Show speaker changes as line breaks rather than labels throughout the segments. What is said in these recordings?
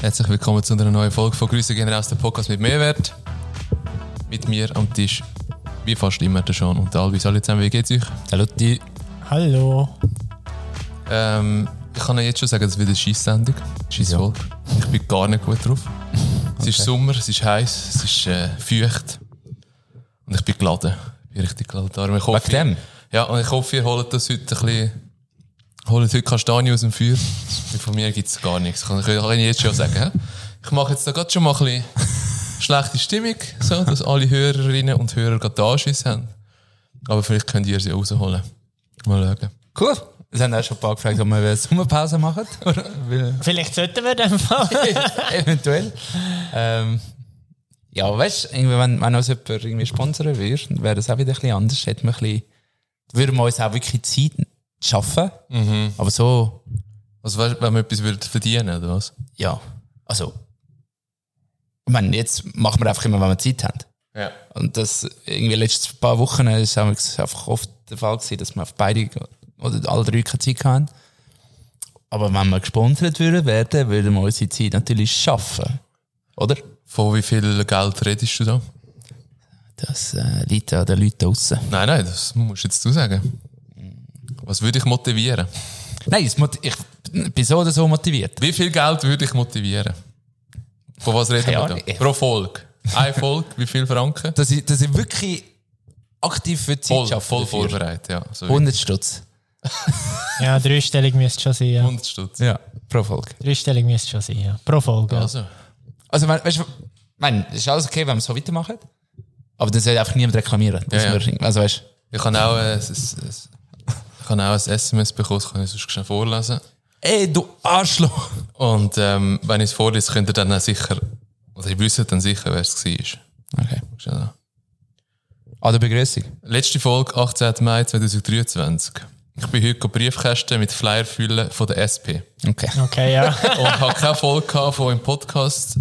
Herzlich willkommen zu einer neuen Folge von Grüße generell aus dem Podcast mit Mehrwert. Mit mir am Tisch, wie fast immer, der Sean und der Alvis. Hallo zusammen, wie geht's euch?
Hallo, die.
Hallo.
Ähm, ich kann euch jetzt schon sagen, das wird eine Scheisssendung, Scheissfolge. Ich bin gar nicht gut drauf. Es ist Sommer, es ist heiß, es ist äh, feucht. Und ich bin geladen. Ich bin richtig geladen. Darum, ich hoffe,
Wegen dem?
Ja, und ich hoffe, ihr holt das heute ein bisschen. Holt heute Kastanien aus dem Feuer. Weil Von mir gibt es gar nichts. Kann ich, kann ich jetzt schon sagen. hä? Ich mache jetzt da gerade schon mal ein bisschen schlechte Stimmung, so, dass alle Hörerinnen und Hörer gerade da Anschiss haben. Aber vielleicht könnt ihr sie rausholen. Mal schauen.
Cool. Es haben auch schon ein paar gefragt, ob wir eine Sommerpause machen. Oder? Weil,
Vielleicht sollten wir den Fall.
eventuell. Ähm, ja, weißt du, irgendwie, wenn, wenn uns jemand irgendwie sponsern würde, wäre das auch wieder ein bisschen anders. Hätten wir ein bisschen, würden wir uns auch wirklich Zeit schaffen. Aber so,
Also, weißt, wenn wir etwas würden verdienen, oder was?
ja. Also, ich meine, jetzt machen wir einfach immer, wenn wir Zeit haben.
Ja.
Und das irgendwie letzten paar Wochen äh, ist einfach oft der Fall gewesen, dass wir auf beide oder alle drei keine Zeit hatten. Aber wenn wir gesponsert würden werden, würden wir unsere Zeit natürlich schaffen. Oder?
Von wie viel Geld redest du da?
Das äh, liegt an den Leuten draussen.
Nein, nein, das musst jetzt du sagen. Was würde ich motivieren?
Nein, es mot- ich bin so oder so motiviert.
Wie viel Geld würde ich motivieren? Von was reden
Keine
wir da?
Ahnung.
Pro Folge. Eine Folge, wie viel Franken?
Dass ich, dass ich wirklich aktiv für die Zeit
Voll,
schaffe.
voll
dafür.
vorbereitet, ja. So wie
100 Stutz.
ja, dreistellig müsste schon sein. Ja.
100 Stutz.
Ja, pro Folge.
Dreistellig müsste schon sein. Ja. Pro Folge. Ja.
Also,
Also, we- weißt du, mein, es ist alles okay, wenn wir so weitermachen. Aber dann soll einfach niemand reklamieren. dass
Ja, ja.
wir- Also, weißt du,
ich habe auch, äh, es- es- es- ich habe auch ein SMS bekommen, das kann ich sonst schnell vorlesen.
Ey, du Arschloch!
Und ähm, wenn ich es vorlese, könnt ihr dann auch sicher, oder ihr wisst dann sicher, wer es war.
Okay. Ah,
Schnell da.
An der Begrüßung.
Letzte Folge, 18. Mai 2023. Ich bin heute Briefkästen mit Flyer füllen von der SP.
Okay.
Okay, ja.
Und habe keine Folge gehabt von meinem Podcast,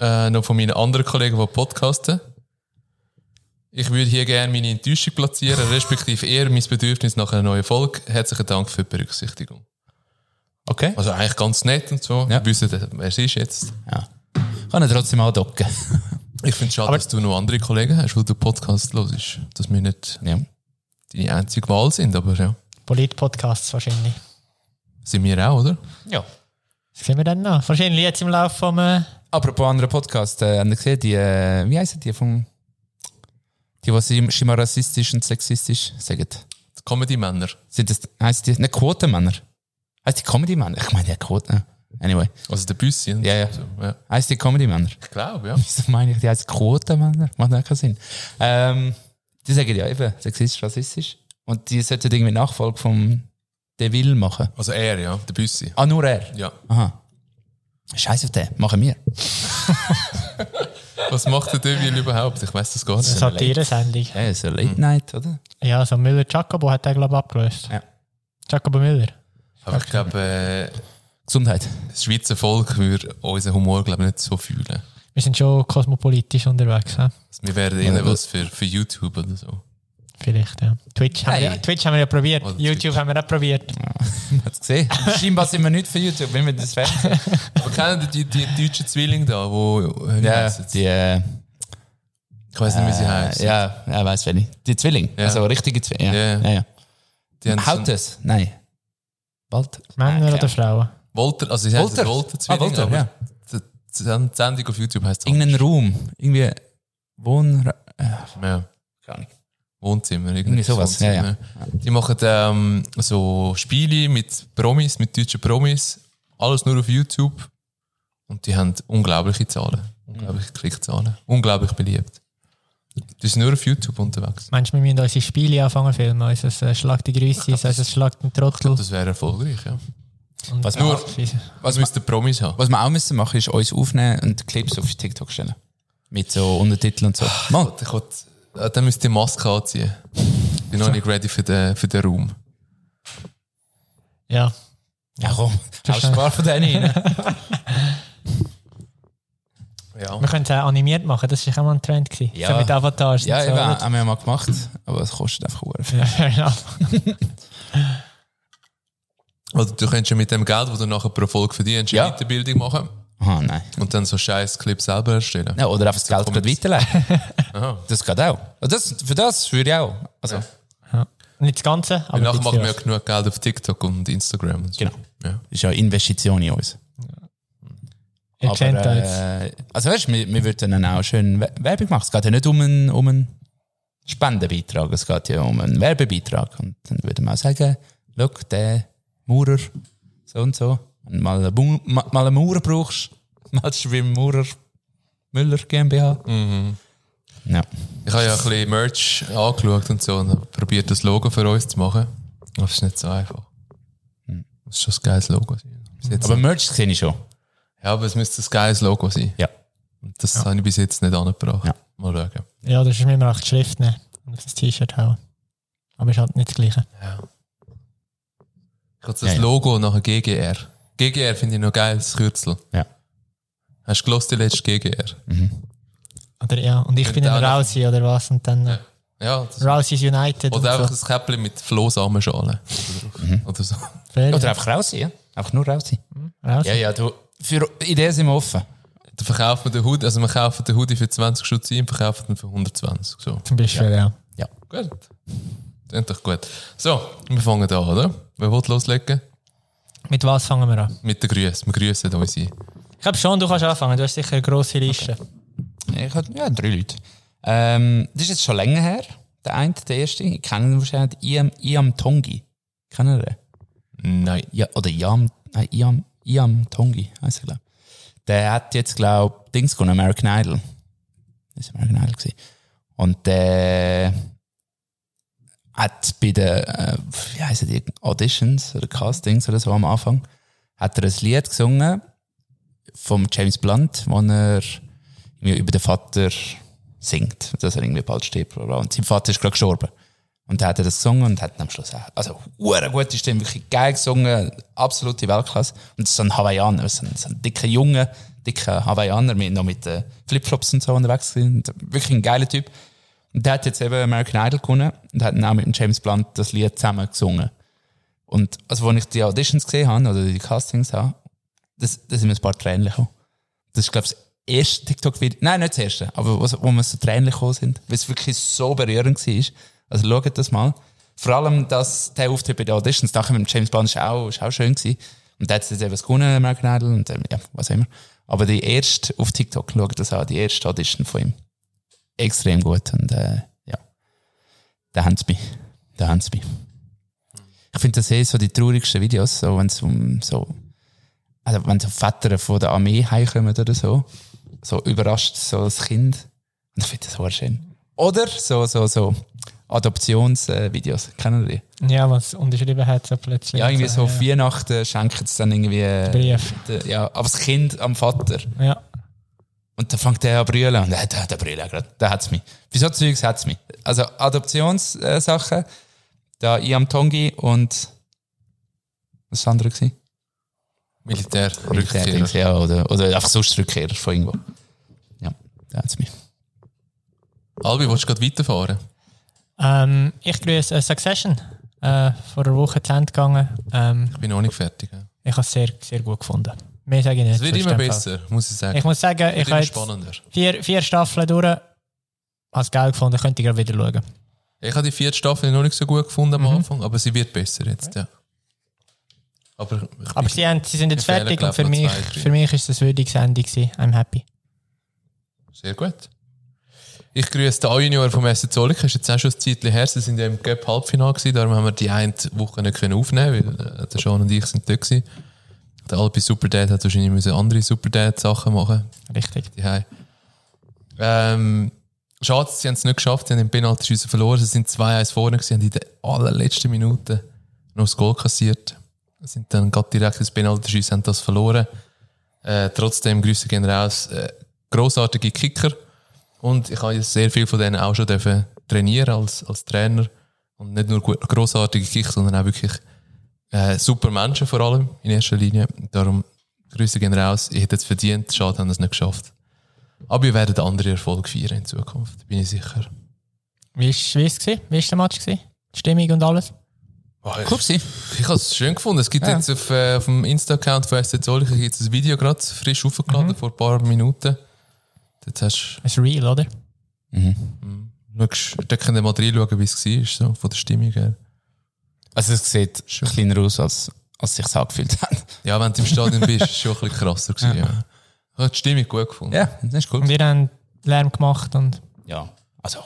äh, noch von meinen anderen Kollegen, die podcasten. Ich würde hier gerne meine Enttäuschung platzieren, respektive eher mein Bedürfnis nach einer neuen Folge. Herzlichen Dank für die Berücksichtigung.
Okay.
Also eigentlich ganz nett und so.
Ja.
Wir wissen, wer es ist jetzt.
Ja. Kann er trotzdem andocken.
Ich finde es schade, dass du noch andere Kollegen hast, weil du Podcast hörst. Dass wir nicht
ja.
deine einzige Wahl sind, aber ja.
Polit-Podcasts wahrscheinlich.
Sind wir auch, oder?
Ja.
Was sehen wir denn noch? Wahrscheinlich jetzt im Laufe vom. Äh,
Apropos anderen Podcast, äh, haben ihr gesehen, die, äh, wie heißen die vom, die, was sie immer rassistisch und sexistisch sagen?
Die Comedy-Männer.
Sind das, heisst die, ne, Quotenmänner? Heißt die Comedy-Männer? Ich meine, ja, Quoten. Anyway.
Also der Büssi. und
Ja, ja.
So, ja.
Heißt die Comedy-Männer?
Ich glaube, ja.
Wieso meine ich, die heißen Quotenmänner? Macht auch keinen Sinn. Ähm, die sagen ja eben, sexistisch, rassistisch. Und die sollten irgendwie Nachfolge vom Deville machen.
Also er, ja. Der Büssi.
Ah, nur er?
Ja.
Aha. Scheiß auf den, machen wir.
Was macht der Devil überhaupt? Ich weiß das gar nicht.
halt Satire-Sendung.
Ja, ist eine Late Night, oder?
Ja, so Müller Jacobo hat er, glaube ich, abgelöst.
Ja.
Jacobo Müller.
Aber ich glaube, äh,
Gesundheit.
das Schweizer Volk würde unseren Humor glaube ich, nicht so fühlen.
Wir sind schon kosmopolitisch unterwegs. hä?
Also Wir wären eher was für, für YouTube oder so.
Vielleicht, ja. Twitch haben, wir,
Hey.
ja, Twitch haben wir ja probiert.
Oder
YouTube haben wir auch probiert.
Man hat's gesehen. Scheinbar sind wir nicht für YouTube, wenn wir das Fernsehen.
Aber kennen die, die, die deutschen Zwillinge da, wo äh, wie
ja,
heissen sie?
die, äh,
ich weiß nicht, wie sie heißen.
ja, ja, weiß welche. Die Zwillinge. Also richtige Zwillinge.
Ja.
Ja. Ja, ja.
Die haben so
Haut
einen
es? Nein. Bald.
Männer
Nein,
oder
keine
Frauen?
Wolter, also sie heißen
Wolter.
Wolter
Ah,
Zwillinge,
Walter,
aber
ja.
die, die Sendung auf YouTube heißt
Irgendein Raum. Irgendwie Wohn... Äh,
ja.
gar nicht.
Wohnzimmer.
Irgendwie sowas, ja, ja.
Die machen ähm, so Spiele mit Promis, mit deutschen Promis. Alles nur auf YouTube. Und die haben unglaubliche Zahlen. Unglaubliche
Mhm.
Klickzahlen. Unglaublich beliebt. Die sind nur auf YouTube unterwegs.
Meinst du, wir müssen unsere Spiele anfangen zu filmen? Unser äh, Schlag die Grüße, unser Schlag den Trottel.
Das wäre erfolgreich, ja.
Und
Was
nur-
Abschießen.
Was müsste Promis haben?
Was wir auch müssen machen, ist uns aufnehmen und Clips auf TikTok stellen. Mit so Untertiteln und so. Mann,
Ich wollte- ah, dann müsste ich die Maske anziehen. Ich bin noch nicht ready für den, für den Raum.
Ja.
ja komm,
Das
hast du ein paar von denen rein.
Ja.
Wir können es auch animiert machen, das war auch mal ein Trend. Gewesen.
Ja.
So mit Avatars.
Ja,
und so,
eben,
oder?
haben wir ja mal gemacht, aber es kostet einfach verdammt viel.
Ja, genau.
Also du könntest ja mit dem Geld, das du nachher pro Folge verdienst,
Ja.
eine Weiterbildung machen.
Aha, Ah, nein.
Und dann so scheiß Clip selber erstellen.
Ja, oder einfach das Geld gerade weiterleiten.
Aha.
Das geht auch. Und
Also
Das, für das würde ich auch. Also,
Ja. Nicht das Ganze, aber
Danach
ein
machen
bisschen
wir ja genug Geld auf TikTok und Instagram. Und so.
Genau.
Ja.
ist ja eine Investition in uns.
was.
Aber,
Agenda jetzt.
äh, also weißt du, wir, wir würden dann auch schön We- Werbung machen. Es geht ja nicht um einen, um einen Spendenbeitrag, es geht ja um einen Werbebeitrag. Und dann würden wir auch sagen, schau, der Maurer, so und so. Wenn du mal einen, Bu- ma- mal einen Maurer brauchst, meldest du beim Maurer Müller GmbH. Ja.
Ich habe ja ein bisschen Merch angeschaut und so und habe probiert, das Logo für uns zu machen. Aber es ist nicht so einfach. Es muss schon ein geiles Logo sein. Bis jetzt-
Hm. Aber Merch sehe ich schon.
ja, aber es müsste ein geiles Logo sein.
Ja.
Und das habe ich bis jetzt nicht angebracht.
Ja.
Mal schauen.
Ja, das ist mir immer auch die Schrift nehmen und auf das T-Shirt hauen. Aber ist halt nicht das Gleiche.
Ich habe das
Ja, ja.
Logo und nachher GGR. GGR finde ich noch geil, das Kürzel.
Ja.
Hast du gelost die letzte GGR?
Mhm.
Oder ja, und ich
Und
bin
dann
immer
noch-
Rousey oder was und dann äh,
Ja, das
Rousey's United
Oder
und
einfach
so.
das Käppchen mit Flohsamenschalen.
Mhm.
Oder so.
Ferien.
Oder einfach raus, ja. Einfach nur raus.
Rousey.
Ja, ja, du. Für Ideen sind wir offen.
Dann verkauft man den Hoodie, also man kauft den Hoodie für 20 Stutz ein, verkauft ihn für 120. So.
Zum Beispiel, ja.
Ja.
Gut. Das ist doch gut. So, wir fangen an, oder? Wer will loslegen?
Mit was fangen wir an?
Mit den Grüßen. Wir grüßen uns ein.
Ich glaube schon, du kannst anfangen. Du hast sicher eine grosse Liste.
Ich hatte ja, drei Leute. Ähm, das ist jetzt schon länger her. Der eine, der erste, ich kenne ihn wahrscheinlich, Iam, Iam Tongi. Kennen ihr den?
Nein.
Ja, oder Iam, nein, Iam, Iam Tongi, heisst er, glaube Der hat jetzt, glaube ich, Dings gewonnen, American Idol. Das war American Idol. Gewesen. Und der hat bei den, äh, wie heissen die, Auditions oder Castings oder so am Anfang, hat er ein Lied gesungen vom James Blunt, wo er irgendwie über den Vater singt, dass er irgendwie bald stirbt. bla, bla. Und sein Vater ist gerade gestorben. Und dann hat er das gesungen und hat am Schluss auch, also, eine gute Stimme, wirklich geil gesungen, absolute Weltklasse. Und so ein Hawaiianer, so ein, so ein dicker Junge, dicker Hawaiianer, mit, noch mit äh, Flipflops und so unterwegs gewesen. Und Wirklich ein geiler Typ. Und der hat jetzt eben American Idol gewonnen und hat dann auch mit dem James Blunt das Lied zusammen gesungen. Und, also, als ich die Auditions gesehen habe, oder die Castings habe, das, das sind mir ein paar Tränen gekommen. Das ist, glaube ich, das erste TikTok-Video. Nein, nicht das erste, aber wo, wo wir so Tränen gekommen sind, weil es wirklich so berührend war. Also schaut das mal. Vor allem, dass der Auftritt bei den Auditions, nachher mit dem James Bond, war auch, ist auch schön. Gewesen. Und der hat jetzt eben das gewonnen, American Idol, und ähm, ja, was auch immer. Aber die erste auf TikTok, schaut das an, die erste Audition von ihm. Extrem gut. Und äh, ja, da haben sie mich. Da haben sie mich. Ich finde das eh so die traurigsten Videos, so, wenn es um so also wenn so Väter von der Armee heimkommen oder so, so überrascht so das Kind. Und ich finde das auch schön. Oder so, so, so Adoptionsvideos, kennen die?
Ja, was unterschrieben hat, so plötzlich.
Ja, irgendwie so auf
ja.
Weihnachten schenken sie dann irgendwie. äh,
Brief.
de- Ja, aber das Kind am Vater.
Ja.
Und dann fängt der an zu brüllen. Und der, der, der brüllt gerade. Der hat's mich. Für so Zeugs hat's mich. Also Adoptionssachen, da Iam Tongi und. Was war das andere? Gewesen?
Militär.
Rückkehrer.
Rückkehrer.
Ja, oder, oder einfach sonst Rückkehrer von irgendwo. Ja, da hat es mich.
Albi, willst du gerade weiterfahren?
Ähm, ich grüße äh, Succession. Äh, vor einer Woche zu Ende gegangen. Ähm,
Ich bin noch nicht fertig. ja.
ich habe es sehr, sehr gut gefunden. Mehr sage ich nicht.
Es wird
sonst
immer
in dem Fall.
besser, muss ich sagen.
Ich muss sagen,
Es
ich
wird immer
habe jetzt
spannender.
vier, vier Staffeln durch. Habe es geil gefunden, könnt ihr gerade wieder schauen.
Ich habe die vierte Staffel noch nicht so gut gefunden am Anfang, aber sie wird besser jetzt, ja. Aber ich
Aber sie, haben, sie sind jetzt
Mir fehlen,
fertig
glaub,
und für
noch
mich,
zwei, drei.
für mich ist das würdiges Ende gewesen. I'm happy.
Sehr gut. Ich grüße den A-Junior vom SC Zollik. Das ist jetzt auch schon ein Zeitchen her. Sie sind ja im Cup Halbfinale gewesen. Darum haben wir die eine Woche nicht können aufnehmen weil äh, der Sean und ich sind da gewesen. Der Alpi Superdad hat wahrscheinlich müssen andere Superdad-Sachen machen
Richtig.
die Hause. Ähm, schade, sie haben es nicht geschafft. Sie haben den Penaltyschüsse verloren. Sie sind 2-1 vorne gewesen, haben in der allerletzten Minute noch das Goal kassiert. Sind dann gerade direkt ins Penaltyschüsse, haben das verloren. Äh, trotzdem, Grüße gehen raus. Äh, grossartige Kicker. Und ich habe jetzt sehr viel von denen auch schon dürfen trainieren als, als Trainer. Und nicht nur gut- grossartige Kicker, sondern auch wirklich äh, super Menschen vor allem in erster Linie. Darum Grüße gehen raus. Ich hätte es verdient. Schade, haben es nicht geschafft. Aber wir werden andere Erfolge feiern in Zukunft, bin ich sicher.
Wie war wie ist es? gewesen? Wie ist der Match? Gewesen? Die Stimmung und alles?
Oh, ich
Cool gewesen.
ich habe es schön gefunden. Es gibt
Ja.
jetzt auf, äh, auf dem Insta-Account von SC Zollich gibt's ein Video gerade frisch aufgeladen
Mhm.
vor ein paar Minuten. Dort hast
Ist real, oder?
Mhm.
du, schaust- dort könnt ihr mal reinschauen, wie es war, so, von der Stimmung her.
Also es sieht kleiner aus, als, als sich angefühlt hat.
Ja, wenn du im Stadion bist, ist es schon ein bisschen krasser gewesen. Ja. Ich habe die Stimmung gut gefunden.
Ja, das ist
Und
cool.
wir haben Lärm gemacht und
Ja, also.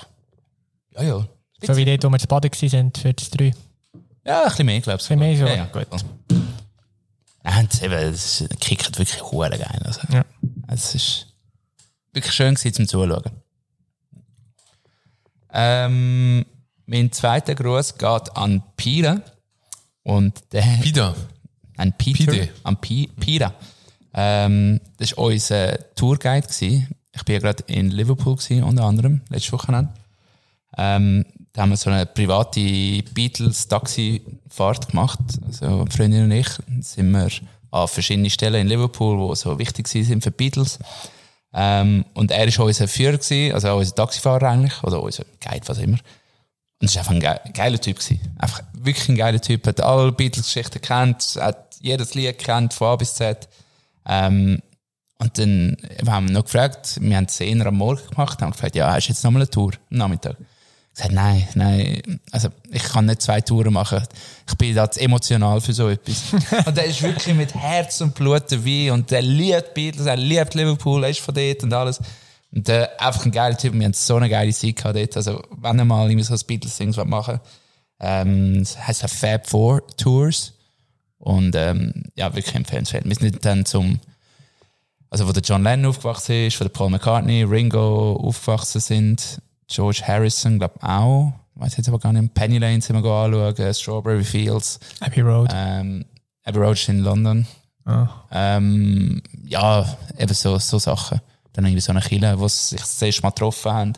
Ja, ja.
so wie dort, wo wir zu baden waren, für das 3.
Ja, ein bisschen mehr, glaube ich.
Ein bisschen mehr schon.
Ja, ja, gut. Nein, das, eben, das ist- der Kick hat wirklich hure geil. Also.
Ja.
Es ist wirklich schön gewesen, zum Zuschauen. Ähm, mein zweiter Gruß geht an Pira. Und der
Pida,
an Peter,
Pide.
an Pi, Pira. Ähm, das war unser Tourguide. Gewesen. Ich war ja gerade in Liverpool, gewesen, unter anderem, letztes Wochenende. Ähm, da haben wir so eine private Beatles-Taxi-Fahrt gemacht. Also, eine Freundin und ich sind wir an verschiedene Stellen in Liverpool, die so wichtig sind für die Beatles. Ähm, und er war unser Führer, gewesen, also unser Taxifahrer eigentlich, oder unser Guide, was immer. Und es war einfach ein ge geiler Typ. Gewesen. Einfach wirklich ein geiler Typ. Hat alle Beatles-Geschichten gekannt, hat jedes Lied gekannt, von A bis Z. Ähm, und dann wir haben wir noch gefragt, wir haben 10 Uhr am Morgen gemacht, haben gefragt, ja, hast du jetzt nochmal eine Tour am Nachmittag? Ich gesagt, nein, nein, also ich kann nicht zwei Touren machen. Ich bin da zu emotional für so etwas. und er ist wirklich mit Herz und Blut dabei und er liebt Beatles, er liebt Liverpool, er ist von dort und alles. Und äh, einfach ein geiler Typ, wir haben so eine geile Zeit gehabt dort. Also wenn er mal irgendwie so ein Beatles-Ding machen will, ähm, das heisst auch Fab Four Tours. Und ähm, ja, wirklich empfehlenswert. Wir sind dann zum also wo der John Lennon aufgewachsen ist, wo der Paul McCartney, Ringo aufgewachsen sind, George Harrison, glaube auch, weiß jetzt aber gar nicht, Penny Lane sind wir anschauen, äh, Strawberry Fields,
Happy Road.
Äh.
ähm, Abbey Road ist in London.
Ah.
Ähm, ja, eben so, so Sachen. Dann irgendwie so eine Kille, wo sie sich das erste Mal getroffen haben.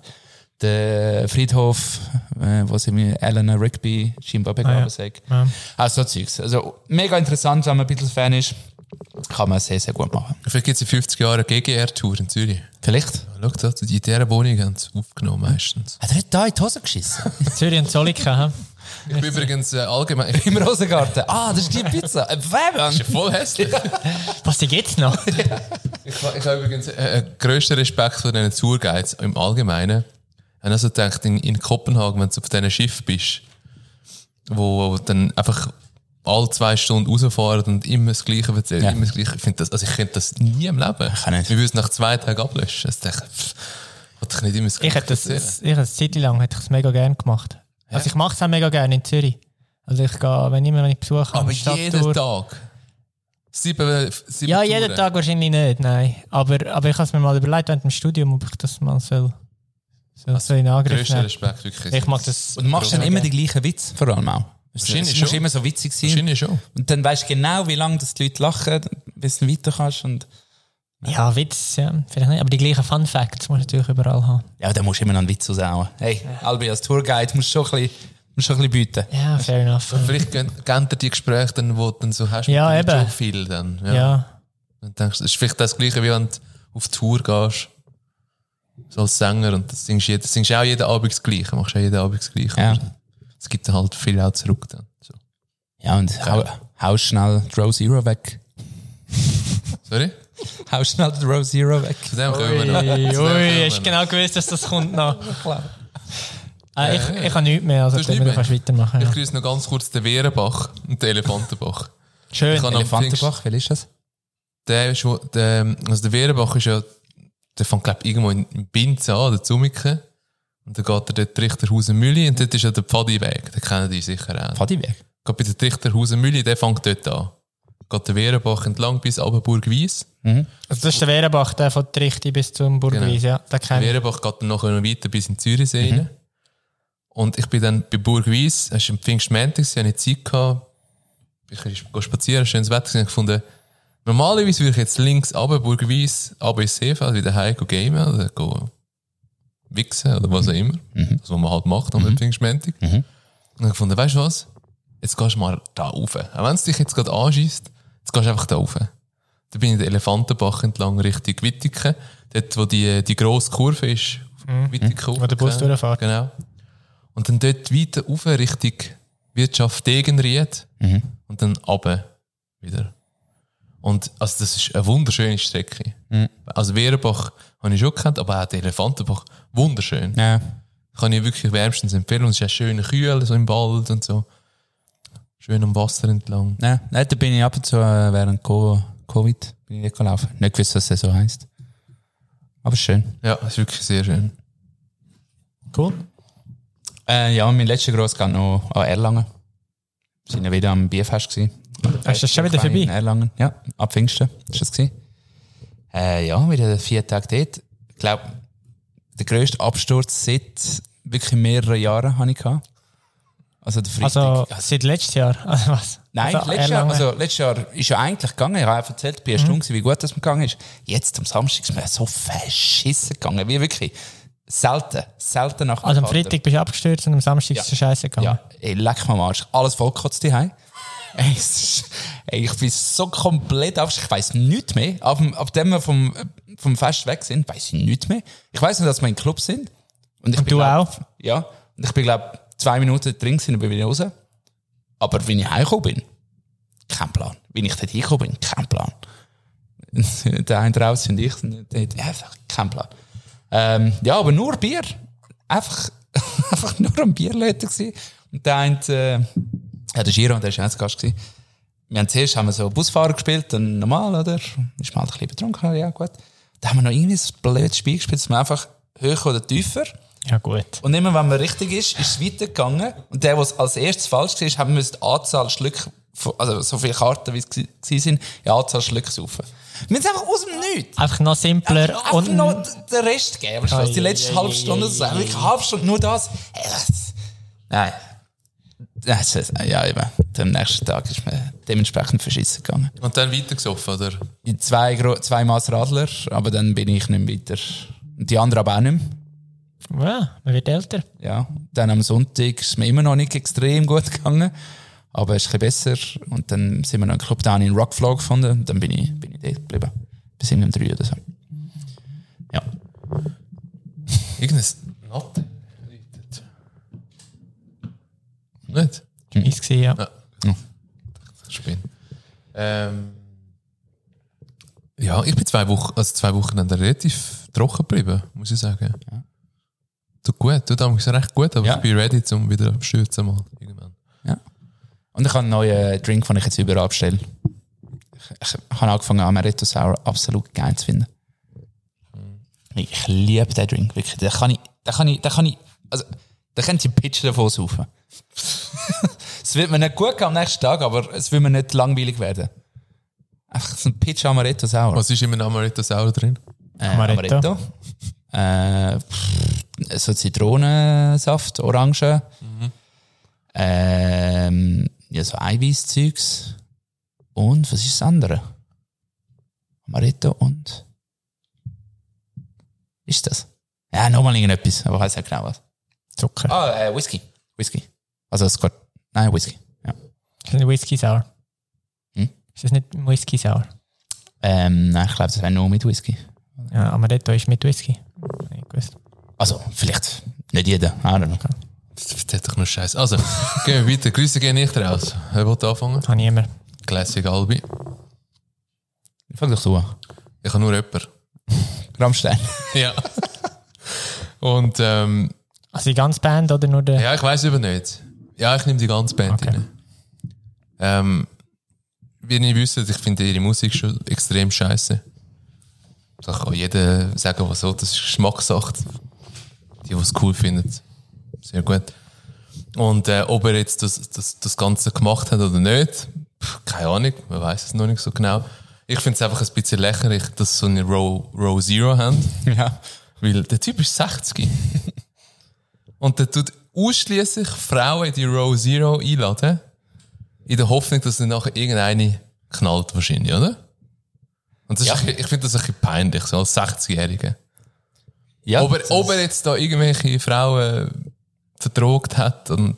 Der Friedhof, äh, wo sie mit Eleanor Rigby scheinbar begraben
Ah, ja.
sind.
Ja.
Auch so Zeugs. Also mega interessant, wenn man ein bisschen Fan ist. Kann man sehr, sehr gut machen.
vielleicht gibt es in 50 Jahren eine GGR-Tour in Zürich.
Vielleicht.
Schau da, die in dieser Wohnung haben sie aufgenommen meistens.
Hat er nicht da in die Hose geschissen?
Zürich und Zolliken, hä?
Ich bin übrigens äh, allgemein... Ich bin
Im Rosengarten. Ah, das ist die Pizza. Äh, Fabian.
voll hässlich.
Was, die gibt's noch?
Ich, ich habe übrigens äh, den grössten Respekt vor diesen Tourguides im Allgemeinen. Ich habe also gedacht, in, in Kopenhagen, wenn du auf diesem Schiff bist, wo, wo dann einfach alle zwei Stunden rausfahren und immer das Gleiche erzählen,
Ja.
immer das Gleiche. Ich finde das, also ich könnte das nie im Leben.
Ich auch nicht.
Ich würde es nach zwei Tagen ablöschen. Also ich dachte, pff, wollte ich nicht immer das
Ich hätte das, ich hätte das Zeit lang hätte ich es mega gerne gemacht. Also ich mache es auch mega gerne in Zürich. Also ich gehe, wenn immer, wenn ich Besuch
Aber
habe,
jeden Tag. Sieben, äh, sieben
Ja, jeden
Touren.
Tag wahrscheinlich nicht, nein. Aber, aber ich habe es mir mal überlegt während dem Studium, ob ich das mal soll, soll, soll in Angriff
Grössten
nehmen.
Respekt, wirklich.
Ich mag das.
Und machst dann immer die gleichen Witze, vor allem auch.
Wahrscheinlich
Es muss
schon.
immer so witzig sein.
Wahrscheinlich schon.
Und dann weißt du genau, wie lange das die Leute lachen, bis du weiter kannst. Und
Ja, Witz, ja, vielleicht nicht. Aber die gleichen Fun Facts musst du natürlich überall haben.
ja, dann musst du immer noch einen Witz raushauen. Hey, Albi, als Tourguide musst du schon ein bisschen, musst schon ein bisschen bieten.
Ja, fair enough.
Vielleicht gehen gehen dir die Gespräche, dann, wo du dann so hast,
Ja,
mit dir
eben.
schon viel dann. Ja.
Ja.
Und denkst, es ist vielleicht das Gleiche, wie wenn du auf Tour gehst, so als Sänger, und das singst, jed, singst auch jeden Abend das Gleiche, machst auch jeden Abend das Gleiche.
Ja.
Aber Es gibt dann halt viel auch zurück dann. So.
Ja, und hau, hau schnell die Row Zero weg.
Sorry?
Hau schnell die Row Zero weg.
Zu dem kommen wir noch. Zu dem
Ui,
kommen
ui,
wir
hast
noch.
genau gewusst, dass das kommt noch. Äh, ich, ich habe nichts mehr, also
Du hast nichts
können wir
mehr?
kannst weitermachen.
Ich
Ja.
grüße noch ganz kurz den Wehrenbach und den Elefantenbach.
Schön.
Ich kann noch-
Elefantenbach, wie ist das?
der ist, wo- der, also der Wehrenbach ist ja, der fängt, glaub ich, irgendwo in in Binz an, oder Zumiken. Und dann geht er dort Richterhausen Mülli, und dort ist ja der Pfadiweg, den kennen die sicher auch.
Pfadiweg.
Geht bei der Trichterhausen Mühle, der fängt dort an. Geht der Wehrenbach entlang bis Abenburg Wies.
Also das ist der Wehrenbach, der von Trichti bis zum Burgwies,
Genau.
ja. Den
Der
kenn ich.
Wehrenbach geht dann nachher noch weiter bis in den Zürichsee rein. Und ich bin dann bei Burg Wies, es war am Pfingstmäntig, ich hatte Zeit, gehabt, ich ging spazieren, schönes Wetter, und ich fand, normalerweise würde ich jetzt links runter, Burg Wies, runter ins Seefeld, wieder heim gehen gamen oder gehen wichsen oder was auch immer. Das, was man halt macht am Pfingstmäntig. Und ich fand, weißt du was, jetzt gehst du mal da rauf. Auch wenn es dich jetzt gerade anschießt, jetzt gehst du einfach da rauf. Da bin ich den Elefantenbach entlang Richtung Wittiken, dort wo die, die grosse Kurve ist, Wittiken.
Wo der Mhm. Bus durchfährt.
Genau. Und dann dort weiter rauf Richtung Wirtschaft Degenried
Mhm.
und dann runter wieder. Und also das ist eine wunderschöne Strecke.
Mhm.
Also Wehrenbach habe ich schon gekannt, aber auch die Elefantenbach, wunderschön.
Ja.
Kann ich wirklich wärmstens empfehlen. Und es ist auch schön kühl, so im Wald und so. Schön am Wasser entlang.
Nein, nein, da bin ich ab und zu äh, während Co- Covid bin ich nicht gelaufen. Nicht gewusst, was das so heisst. Aber schön.
Ja, es ist wirklich sehr schön.
Cool.
Äh, ja, mein letzter Gross geht noch an Erlangen. Wir waren ja wieder am Bierfest. Gewesen.
Hast du das schon wieder
In
vorbei?
Erlangen, ja. Ab Pfingsten war das. Gewesen. Äh, ja, wieder vier Tage dort. Ich glaube, der grösste Absturz seit wirklich mehreren Jahren hatte ich. gehabt. Also der Freitag.
Also seit letztes Jahr. Also was?
Nein,
also,
letztes, Jahr,
Erlangen. Mhm.
also, letztes Jahr ist ja eigentlich gegangen. Ich habe einfach erzählt, bei einer Stunde, gewesen, wie gut das mir gegangen ist. Jetzt am Samstag ist mir so verschissen gegangen. Wie wirklich selten. Selten nach dem
Also am
Kater.
Freitag bist du abgestürzt und am Samstag ist es scheiße gegangen.
Ja, ey, leck mal am Arsch. Alles vollkotzt daheim. Ey, es ist- ey, ich bin so komplett auf. Ich weiss nichts mehr. Ab, dem- ab dem wir vom, äh, vom Fest weg sind, weiss ich nichts mehr. Ich weiss nur, dass wir im Club sind. Und, ich
Und du
glaub,
auch?
Ja. Und ich bin, glaube zwei Minuten drin gewesen und bin wieder raus. Aber wenn ich heimgekommen bin, kein Plan. Wenn ich dort hingekommen bin, kein Plan. der eine draußen und ich sind dort, ja, einfach kein Plan. Ähm, ja, aber nur Bier. Einfach, einfach nur am Bierleuten gewesen. Und der eine, äh, ja, der Giro, der war ja auch zu Gast. Gewesen. Wir haben zuerst haben wir so Busfahrer gespielt, dann normal, oder? Ist man halt ein bisschen betrunken, ja, gut. Dann haben wir noch irgendwie so ein blödes Spiel gespielt, dass man einfach höher oder tiefer.
Ja, gut.
Und immer wenn man richtig ist, ist es weitergegangen. Und der, der es als erstes falsch war, haben wir die Anzahl Schlücke, von- also so viele Karten, wie es gsi- gsi sind, die Anzahl Schlücke saufen. Wir sind einfach aus dem Nichts.
Einfach noch simpler
Einfach
und
noch den Rest geben. Aber ich weiß, die
Ei,
letzte
ei,
halbe
ei,
Stunde,
ei,
das ist wirklich eine halbe Stunde nur das. Ey, das- Nein. Das ist, ja, eben. Am nächsten Tag ist mir dementsprechend verschissen gegangen.
Und dann weitergesoffen, oder?
In zwei, Gro- zwei Maß Radler, aber dann bin ich nicht mehr weiter. Und die anderen aber auch nicht mehr.
ja, man wird älter.
Ja, dann am Sonntag ist es mir immer noch nicht extrem gut gegangen, aber es ist ein bisschen besser. Und dann sind wir noch im Club da habe ich einen Rockflow gefunden und dann bin ich, bin ich dort geblieben. Bis irgendwie um drei oder so. Ja.
Irgendein Notte. Nicht?
Ist gewesen, ja.
Ja.
Ja.
Spinn. Ähm, ja, ich bin zwei Wochen, also zwei Wochen dann relativ trocken geblieben, muss ich sagen.
Ja.
Tut gut, tut damals recht gut, aber
Ja.
ich bin ready, um wieder abstürzen mal irgendwann.
Und ich habe einen neuen Drink, den ich jetzt überall bestelle. Ich, ich habe angefangen, Amaretto Sour absolut geil zu finden. Ich liebe diesen Drink, wirklich. Da kann ich, da kann ich, da kann ich, also, da könnte ich einen Pitch davon saufen. es wird mir nicht gut gehen am nächsten Tag, aber es wird mir nicht langweilig werden. Einfach so ein Pitch Amaretto Sour.
Was ist immer noch Amaretto Sauer drin?
Äh,
Amaretto.
Äh, pff, so Zitronensaft, Orange. Ähm, ja, so Eiweißzeugs. Und was ist das andere? Amaretto und. Ist das? Ja, nochmal irgendetwas, aber ich weiß nicht genau was.
Zucker.
Ah, äh, Whisky. Whisky. Also, es geht. Nein, Whisky. Ja.
Das ist ein Whisky Sour.
Hm?
Ist das nicht ein Whisky Sour?
Ähm, nein, ich glaube, das wäre nur mit Whisky.
Ja, Amaretto ist mit Whisky. Hab Ich gewusst.
Also, vielleicht nicht jeder. I don't know.
Das hat doch nur Scheiße. Also, gehen wir weiter. Grüße gehen nicht raus. Wer will anfangen?
Habe ich immer.
Classic Albi.
Frag doch du an.
Ich habe nur jemanden.
Rammstein.
Ja. Und ähm,
Also die ganze Band oder nur der.
Ja, ich weiß aber nicht. Ja, ich nehme die ganze Band
Okay.
rein. Ähm, wie ihr wisst, ich finde ihre Musik schon extrem scheiße. Da kann jeder sagen, was so, das ist Geschmackssache. Die, die es cool finden. Sehr gut. Und äh, ob er jetzt das, das, das Ganze gemacht hat oder nicht, pff, keine Ahnung, man weiß es noch nicht so genau. Ich finde es einfach ein bisschen lächerlich, dass sie so eine Row, Row Zero haben.
ja.
Weil der Typ ist 60. und der tut ausschließlich Frauen in die Row Zero einladen. In der Hoffnung, dass dann nachher irgendeine knallt wahrscheinlich, oder? Und das
Ja.
ist, ein bisschen- ich finde das ein bisschen peinlich, so als 60-Jähriger.
ja.
Ob, er-
das-
ob er jetzt da irgendwelche Frauen verdrogt hat und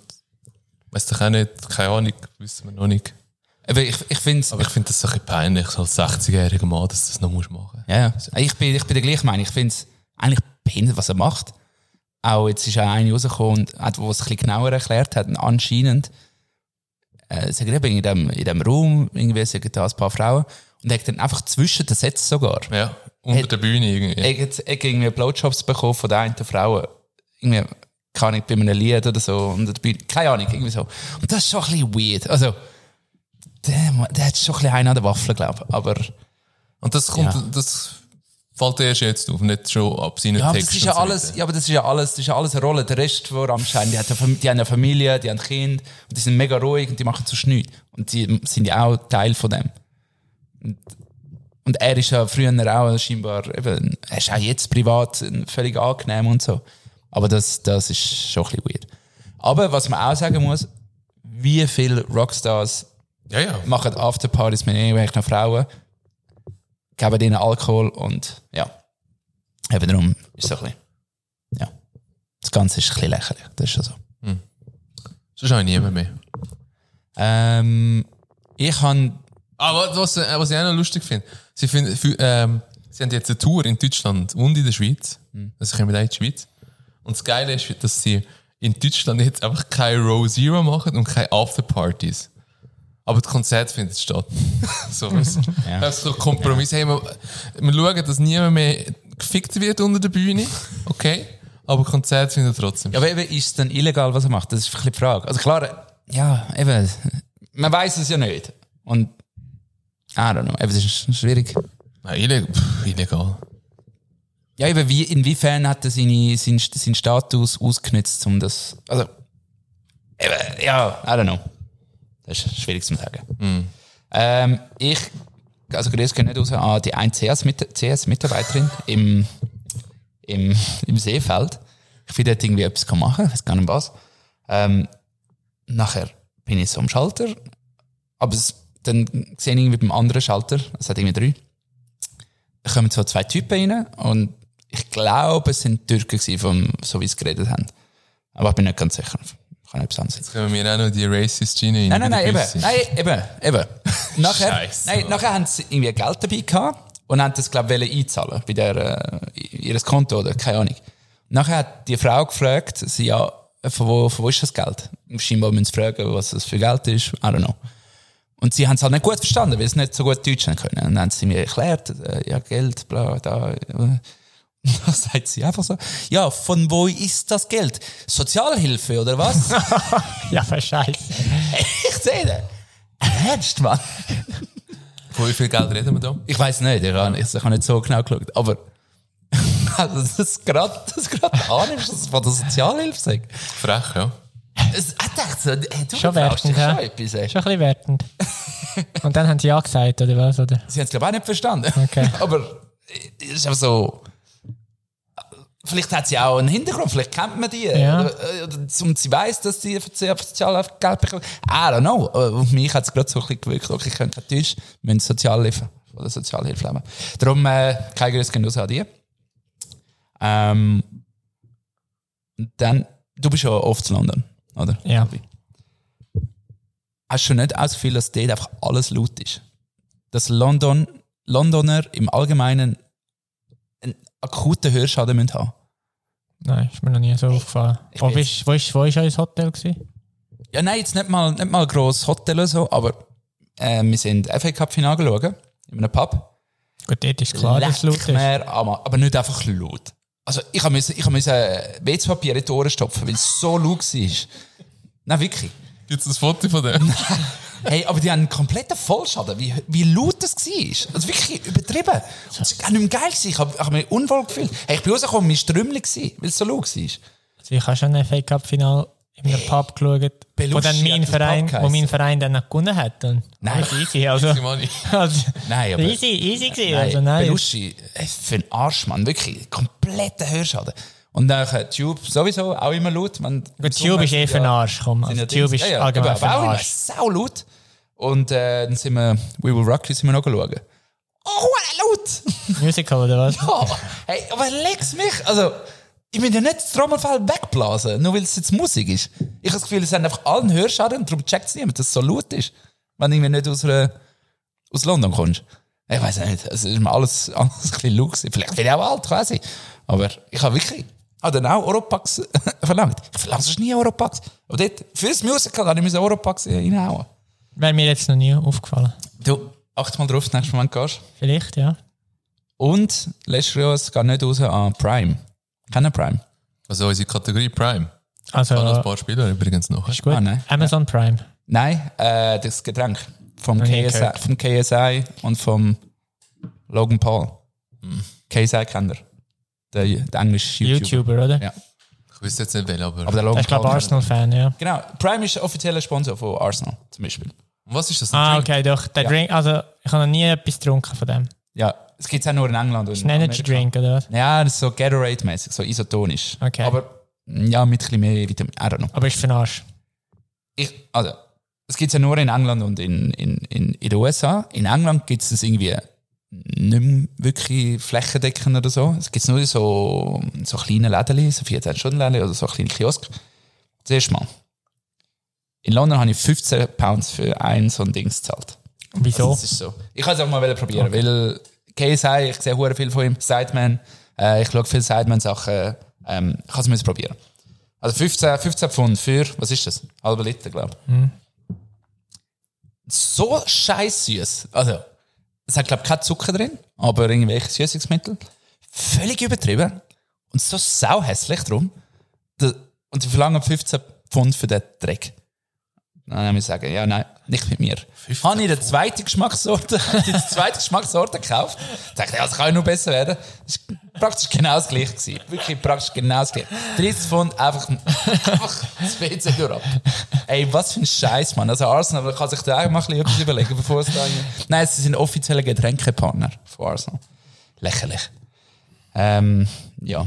weiß doch auch nicht, keine Ahnung, wissen wir noch nicht.
Aber ich, ich finde es.
Aber ich finde das ein bisschen peinlich, so als 60-jähriger Mann, dass du das noch musst machen
Ja, ja. Ich bin, ich bin der gleichen Meinung. Ich finde es eigentlich behindert, was er macht. Auch jetzt ist auch eine rausgekommen, und hat, wo es ein bisschen genauer erklärt hat. Und anscheinend äh, sagen, eben in dem, in dem Raum, irgendwie sagen da ein paar Frauen und hat dann einfach zwischen den Sätzen sogar.
Ja, unter der Bühne irgendwie.
Ich hat irgendwie Blowjobs bekommen von der einen der Frauen. Irgendwie, keine Ahnung, bei einem Lied oder so. Und dabei, keine Ahnung, irgendwie so. Und das ist schon ein bisschen weird. Also, der, Mann, der hat schon ein bisschen einen an der Waffel, glaube ich. Aber,
Und das kommt,
Ja.
das fällt erst jetzt auf, nicht schon ab seinen
ja, aber
Text.
das ist ja
und so
alles,
weiter.
ja, aber das ist ja alles, das ist ja alles eine Rolle. Der Rest von Rammstein, die, hat eine Fam- die haben eine Familie, die haben Kind und die sind mega ruhig und die machen sonst nichts. Und die sind ja auch Teil von dem. Und, und er ist ja früher auch scheinbar, eben, er ist auch jetzt privat völlig angenehm und so. Aber das, das ist schon ein bisschen weird. Aber was man auch sagen muss, wie viele Rockstars
Ja, ja.
machen Afterpartys mit irgendwelchen Frauen, geben ihnen Alkohol und ja. Eben darum ist so ein bisschen, ja. Das Ganze ist ein bisschen lächerlich, das ist schon so.
Sonst habe ich niemand mehr.
Ähm, ich habe,
Ah, was, was, äh, was ich auch noch lustig finde, sie, finden, fü- ähm, sie haben jetzt eine Tour in Deutschland und in der Schweiz.
Hm.
Also kommen auch in die Schweiz. Und das Geile ist, dass sie in Deutschland jetzt einfach keine Row Zero machen und keine Afterparties. Aber das Konzert findet statt. so was.
Ja.
Das ist so ein Kompromiss. Hey, wir, wir schauen, dass niemand mehr gefickt wird unter der Bühne. Okay. Aber Konzert findet trotzdem
ja, aber eben, ist es dann illegal, was er macht? Das ist ein bisschen die Frage. Also klar, ja, eben, man weiß es ja nicht. Und, I don't know, eben, das ist schwierig.
Nein, illegal. Pff, illegal.
Ja, eben, wie, inwiefern hat er seine, seinen, seinen Status ausgenutzt, um das. Also. Eben, ja, I don't know. Das ist schwierig zu sagen. Ähm, ich. Also, Grüße gehen nicht raus an die eine CS-Mitarbeiterin im, im, im Seefeld. Ich bin dort irgendwie etwas machen, ich weiß gar nicht was. Ähm, nachher bin ich so am Schalter. Aber es, dann sehe ich irgendwie beim anderen Schalter, es hat irgendwie drei kommen so zwei Typen rein und ich glaube, es sind Türken gewesen, vom, so wie sie geredet haben. Aber ich bin nicht ganz sicher. Kann nicht besonders sein.
Jetzt können wir auch noch die Racist-Gene in
Nein, nein, nein,
die
eben,
Büsse.
nein, eben, eben. Nachher,
Scheiße.
nein, nachher haben sie irgendwie Geld dabei gehabt und haben das, glaube ich, einzahlen bei der, äh, ihres Konto oder keine Ahnung. Nachher hat die Frau gefragt, sie ja, von wo, von wo ist das Geld? Scheinbar müssen sie fragen, was das für Geld ist, I don't know. Und sie haben es halt nicht gut verstanden, weil sie nicht so gut Deutsch haben können. Und dann haben sie mir erklärt, äh, ja, Geld, bla, da. äh. Und dann sagt sie einfach so, ja, von wo ist das Geld? Sozialhilfe oder was?
Ja, für Scheiße.
ich sehe den. Ernst, Mann?
Von wie viel Geld reden wir da?
Ich weiß nicht, ich habe ich hab nicht so genau geschaut, aber also, dass du es gerade das gerade annimmst, dass es von der Sozialhilfe sagt.
Frech, ja.
Es- Ich dachte so, hey, du
Schon
vertraust dich
wertend,
schon
hä?
etwas. Ey.
Schon ein bisschen wertend. Und dann haben sie ja gesagt, oder was? Oder?
Sie haben es, glaube ich, auch nicht verstanden.
Okay.
Aber es ist einfach so. Vielleicht hat sie auch einen Hintergrund, vielleicht kennt man die. äh,
Ja.
Oder, oder, und sie weiß, dass sie auf Sozialhilfe Geld bekommt. I don't know. Aber auf mich hat es gerade so ein bisschen gewirkt. Okay, ich könnte natürlich müssen Sozialhilfe oder Sozialhilfe leben. Darum äh, kein Grüß gehen raus an die. Ähm, und dann, du bist ja oft in London, oder?
Ja.
hast du nicht auch das Gefühl, dass dort einfach alles laut ist? Dass London, Londoner im Allgemeinen einen akuten Hörschaden müssen haben
Nein, ist mir noch nie so aufgefallen. Wo
bin
ist, wo ist, wo ist euer Hotel? Gewesen?
Ja, nein, jetzt nicht mal, nicht mal grosses Hotel oder so, aber äh, wir sind FA Cup Finale schauen, in einem Pub.
Gut, dort ist klar, dass es laut ist.
Mehr, aber, aber nicht einfach laut. Also ich musste ich muss WC-Papier in die Ohren stopfen, weil es so laut war. Nein, wirklich.
Gibt es ein Foto von dem?
Hey, aber die haben einen kompletten Vollschaden, wie, wie laut das war. Also wirklich übertrieben. Und es war auch nicht mehr geil. gewesen. Ich habe hab mich unwohl gefühlt. Hey, ich bin rausgekommen, mein Strümmel war, weil es so laut war.
Also ich habe schon ein Fake Cup Final in einem Pub geschaut, wo
Belushi
dann
hat
mein
das
Verein,
Pub
wo mein Verein dann noch gewonnen hat. Und
Nein.
Das ist easy, also,
Easy money.
also
Nein, aber-
easy, easy gewesen,
Nein,
also nein.
Belushi, ey, für einen Arsch, Mann. Wirklich, kompletter Hörschaden. Und dann äh, Tube sowieso, auch immer laut. Man,
Gut, Tube ist eh für den Arsch, komm. Also, Tube ist allgemein für den
aber auch immer
Arsch.
sau laut. Und äh, dann sind wir, We Will Rock You sind wir noch schauen. Oh, laut!
Musical oder was?
Oh, hey, aber leg's mich. Also, ich will ja nicht das Trommelfell wegblasen, nur weil es jetzt Musik ist. Ich habe das Gefühl, es haben einfach allen Hörschaden, darum checkt es niemand, dass es so laut ist. Wenn du irgendwie nicht aus, einer, aus London kommst. Ich weiß nicht, es ist mir alles, alles ein bisschen laut gewesen. Vielleicht bin ich auch alt, quasi. Aber ich habe wirklich, habe dann auch Europax verlangt. Ich verlange sonst nie Europax. Aber dort, fürs Musical habe ich mir Europax reinhauen.
Wäre mir jetzt noch nie aufgefallen.
Du, acht mal drauf, das nächste Mal, wenn du gehst.
Vielleicht, ja.
Und letztes Jahr, es geht nicht raus an Prime. Kennen Prime?
Also unsere Kategorie Prime.
Also,
Kann noch ein paar Spieler übrigens noch.
ist gut.
Ah, nein.
Amazon Prime.
Nein, äh, das Getränk. Vom
Noch nie
KSI,
gehört.
vom KSI und vom Logan Paul. KSI kennt er. Der, der englische YouTuber.
YouTuber, oder?
Ja.
Ich wüsste jetzt nicht wel, aber.
Aber der
Er
Logan
ist, glaube
Paul.
Arsenal-Fan, ja.
Genau, Prime ist der offizielle Sponsor von Arsenal zum Beispiel.
Und um was ist das? Ein
Ah,
Drink?
okay, doch. Der
Ja.
Drink, also ich habe noch nie etwas getrunken von dem.
Ja, es gibt es auch nur in England. und
Ist ein Energy Drink, oder was?
Ja, das ist so Gatorade-mäßig, so isotonisch.
Okay.
Aber ja, mit ein bisschen mehr Vitamin. I don't know.
Aber ist für den Arsch.
ich, also, es gibt es ja nur in England und in, in, in, in den USA. In England gibt es das irgendwie nicht mehr wirklich flächendeckend oder so. Es gibt nur in so, so kleine Läden, so 14 stunden läden oder so kleine Kiosk. Zuerst mal. In London habe ich 15 Pounds für ein so ein Dings gezahlt.
Wieso?
Das ist so. Ich kann es auch mal wollen probieren, weil KSI, ich sehe hure viel von ihm, Sideman, äh, ich schaue viele Sideman-Sachen, ähm, ich kann es mal probieren. Also 15, 15 Pfund für, was ist das? Halber Liter, glaube ich. So scheiß süß. Also, es hat, glaube ich, keinen Zucker drin, aber irgendwelche Süßungsmittel. Völlig übertrieben. Und so sauhässlich drum. Da- Und sie verlangen 15 Pfund für den Dreck. Dann muss ich sagen, ja, nein, nicht mit mir. Habe ich die zweite Geschmackssorte, die zweite Geschmackssorte gekauft. Dachte, ja, das kann ja nur besser werden. Das war praktisch genau das gleiche. Gewesen. Wirklich praktisch genau das gleiche. 30 Pfund, einfach, einfach das WC durch ab. Ey, was für ein Scheiß, Mann. Also Arsenal kann sich da auch mal ein bisschen etwas überlegen, bevor es da... Nein, sie sind offizielle Getränkepartner von Arsenal. Lächerlich. Ähm, ja.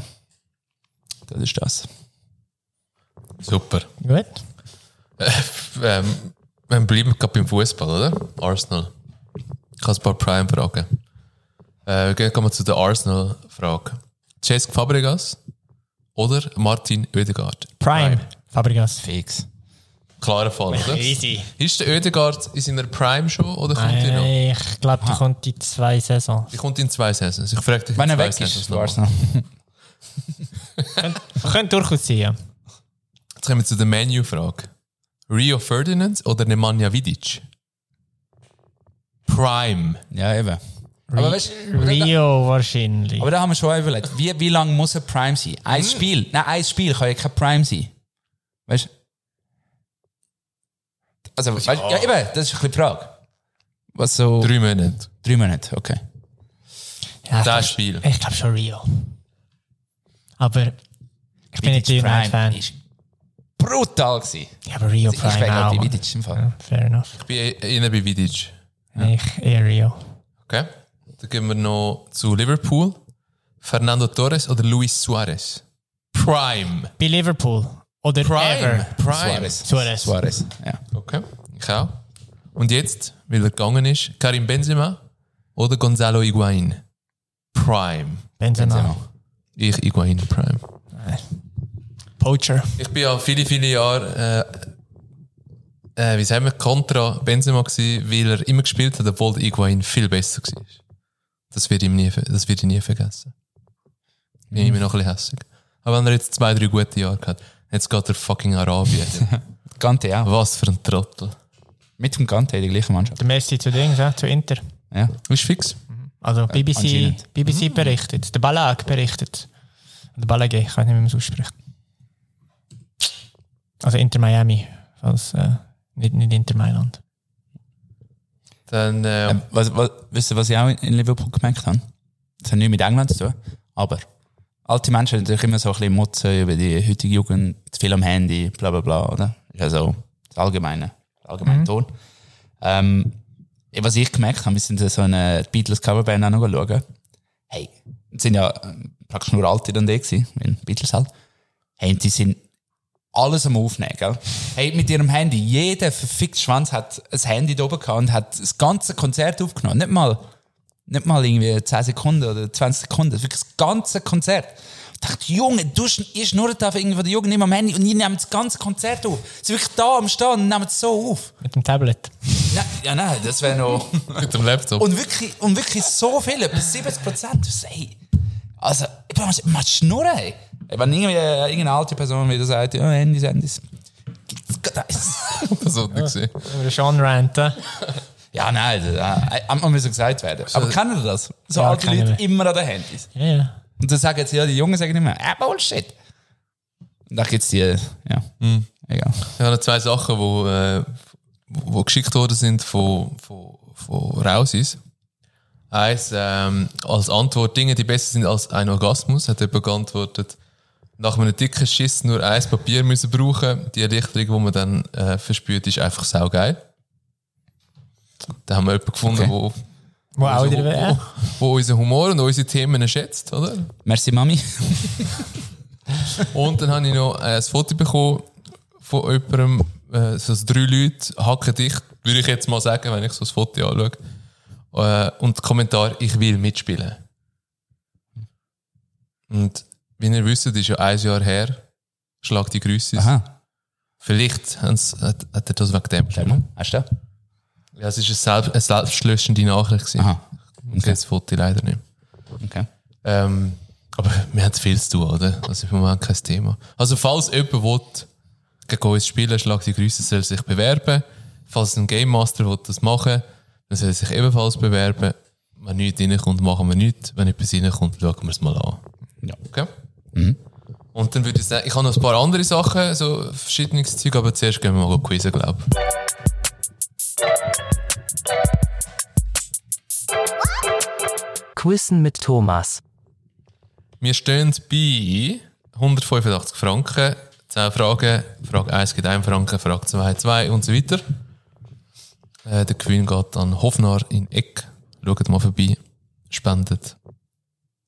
Das ist das.
Super.
Gut.
Ähm, wir bleiben gerade beim Fußball, oder? Arsenal. Ich kann ein paar Prime-Fragen. Äh, gehen wir zu der Arsenal-Frage. Cesc Fabregas oder Martin Oedegaard?
Prime. Fabregas.
Fix.
Klarer Fall, oder?
Easy.
Ist der Oedegaard in seiner Prime schon oder kommt er noch?
Äh, ich glaube, die kommt in zwei Saisons.
Die kommt in zwei Saisons. Ich frage dich
Wenn
in
er
zwei
weg ist,
Saisons
von
nochmal.
Arsenal.
Könnte durchaus sein, ja.
Jetzt kommen wir zu der Menu-Frage. Rio Ferdinand oder Nemanja Vidic? Prime.
Ja, eben. Aber weißt du,
Rio wahrscheinlich.
Aber da haben wir schon auch überlegt, wie, wie lange muss ein Prime sein? Ein Spiel? Nein, ein Spiel kann ja kein Prime sein. Weißt du? Also, weißt, ja. ja, eben, das ist ein bisschen die Frage. Was so? Drei,
Drei Monate.
Monate, okay.
Ja,
Das
ich glaub-
Spiel.
Ich glaube schon Rio. Aber ich bin nicht United-Fan.
ist brutal gewesen.
Ja, aber Rio
Ich bin
Prime auch.
gerade
Mann.
Vidic im Fall.
Fair enough.
Ich bin eh- eher bei Vidic.
Ich eher Rio.
Okay. Dann gehen wir noch zu Liverpool. Fernando Torres oder Luis Suarez? Prime.
Bei Liverpool. Oder
Prime.
ever.
Prime.
Suarez.
Suarez.
Suarez, ja.
Okay. Ich auch. Und jetzt, weil er gegangen ist, Karim Benzema oder Gonzalo Higuain? Prime.
Benzema.
Genau.
Ich Higuain Prime.
Poacher.
Ich bin ja viele, viele Jahre, äh, äh, wie sagen wir, kontra Benzema gewesen, weil er immer gespielt hat, obwohl der Higuain viel besser war. Das wird ihm nie, ver- das wird ich nie vergessen. Bin immer noch ein bisschen hässig. Aber wenn er jetzt zwei, drei gute Jahre hat, jetzt geht er fucking Arabien.
Gante auch.
Was für ein Trottel.
Mit dem Gante die gleiche Mannschaft.
Der Messi zu Dings, ja, zu Inter.
Ja.
Ist fix.
Also BBC,
anscheinend.
BBC berichtet. Der Balag berichtet. Der Balage, ich weiß nicht, wie man es ausspricht. Also Inter Miami. Falls, äh, nicht, nicht Inter Mailand.
Dann, äh,
Ähm, Was, was, wisst ihr, was ich auch in- in Liverpool gemerkt habe? Das hat nichts mit England zu tun. Aber alte Menschen haben natürlich immer so ein bisschen Mutze über die heutige Jugend, zu viel am Handy, bla bla bla, oder? Ist ja so das allgemeine, allgemeine Ton. Ähm, eh, was ich gemerkt habe, wir sind so eine die Beatles Coverband auch noch schauen. Hey, es sind ja ähm, praktisch nur Alte dann da gewesen, in Beatles halt. Hey, und die sind alles am Aufnehmen, gell? Hey, mit ihrem Handy. Jeder verfickte Schwanz hat ein Handy da oben gehabt und hat das ganze Konzert aufgenommen. Nicht mal, nicht mal irgendwie 10 Sekunden oder 20 Sekunden. Wirklich das ganze Konzert. Ich dachte, Junge, du schn- ihr schnurrt auf irgendwo der Jugend immer am Handy und ihr nehmt das ganze Konzert auf. Sie sind wirklich da am Stand und nehmt es so auf.
Mit dem Tablet.
Nein, ja, nein, das wäre noch.
mit dem Laptop.
Und wirklich, und wirklich so viele, bis 70 Prozent. Hey, also, ich bin mal schnurren, ey. Wenn irgendwie äh, irgendeine alte Person wieder sagt, ja, Handys, Handys.
Das wollte ich sehen.
Über Sean ranten.
Ja, nein, das, äh, einmal muss gesagt werden. Aber kennen ihr das? So
Ja,
alte
kennen
Leute
wir.
immer an den Handys.
Ja, ja.
Und dann sagen jetzt ja, die Jungen sagen immer, ah, Bullshit. Und dann gibt's die, äh, ja, egal.
Ich habe noch zwei Sachen, die äh, wo geschickt worden sind von, von, von Rausis. Eins, ähm, als Antwort, Dinge, die besser sind als ein Orgasmus, hat jemand geantwortet, nach einem dicken Schiss nur ein Papier müssen brauchen. Die Erleichterung, die man dann äh, verspürt, ist einfach saugeil. Da haben wir jemanden gefunden,
Okay.
wo,
Wo auch
wo,
wieder
wo, wo unseren Humor und unsere Themen schätzt, oder?
Merci, Mami.
Und dann habe ich noch äh, ein Foto bekommen von jemandem, äh, so drei Leute hacken dicht, würde ich jetzt mal sagen, wenn ich so das Foto anschaue. Äh, und der Kommentar, ich will mitspielen. Und wie ihr wisst, ist ja ein Jahr her, schlag die Grüße.
Aha,
Vielleicht haben's- hat, hat er das wegen dem
schau
geschrieben.
mal. Hast du das?
Ja, es ist eine, selbst, eine selbstlöschende Nachricht. gewesen.
Aha,
Ich sehe das Foto leider nicht.
okay.
Ähm, aber wir haben viel zu tun, oder? Das ist im Moment kein Thema. Also, falls jemand will, gegen uns spielen schlag die Grüße, soll sich bewerben. Falls ein Game Master will das machen dann soll er sich ebenfalls bewerben. Wenn nichts reinkommt, machen wir nichts. Wenn etwas reinkommt, schauen wir es mal an.
Ja.
Okay? Und dann würde ich sagen, ich habe noch ein paar andere Sachen, so verschiedenes Zeug, aber zuerst gehen wir mal quizzen, glaube ich.
Quizzen mit Thomas.
Wir stehen bei 185 Franken, 10 Fragen, Frage 1 gibt 1 Franken, Frage 2 2 und so weiter. Äh, der Gewinn geht an Hofnar in Eck. Schaut mal vorbei, spendet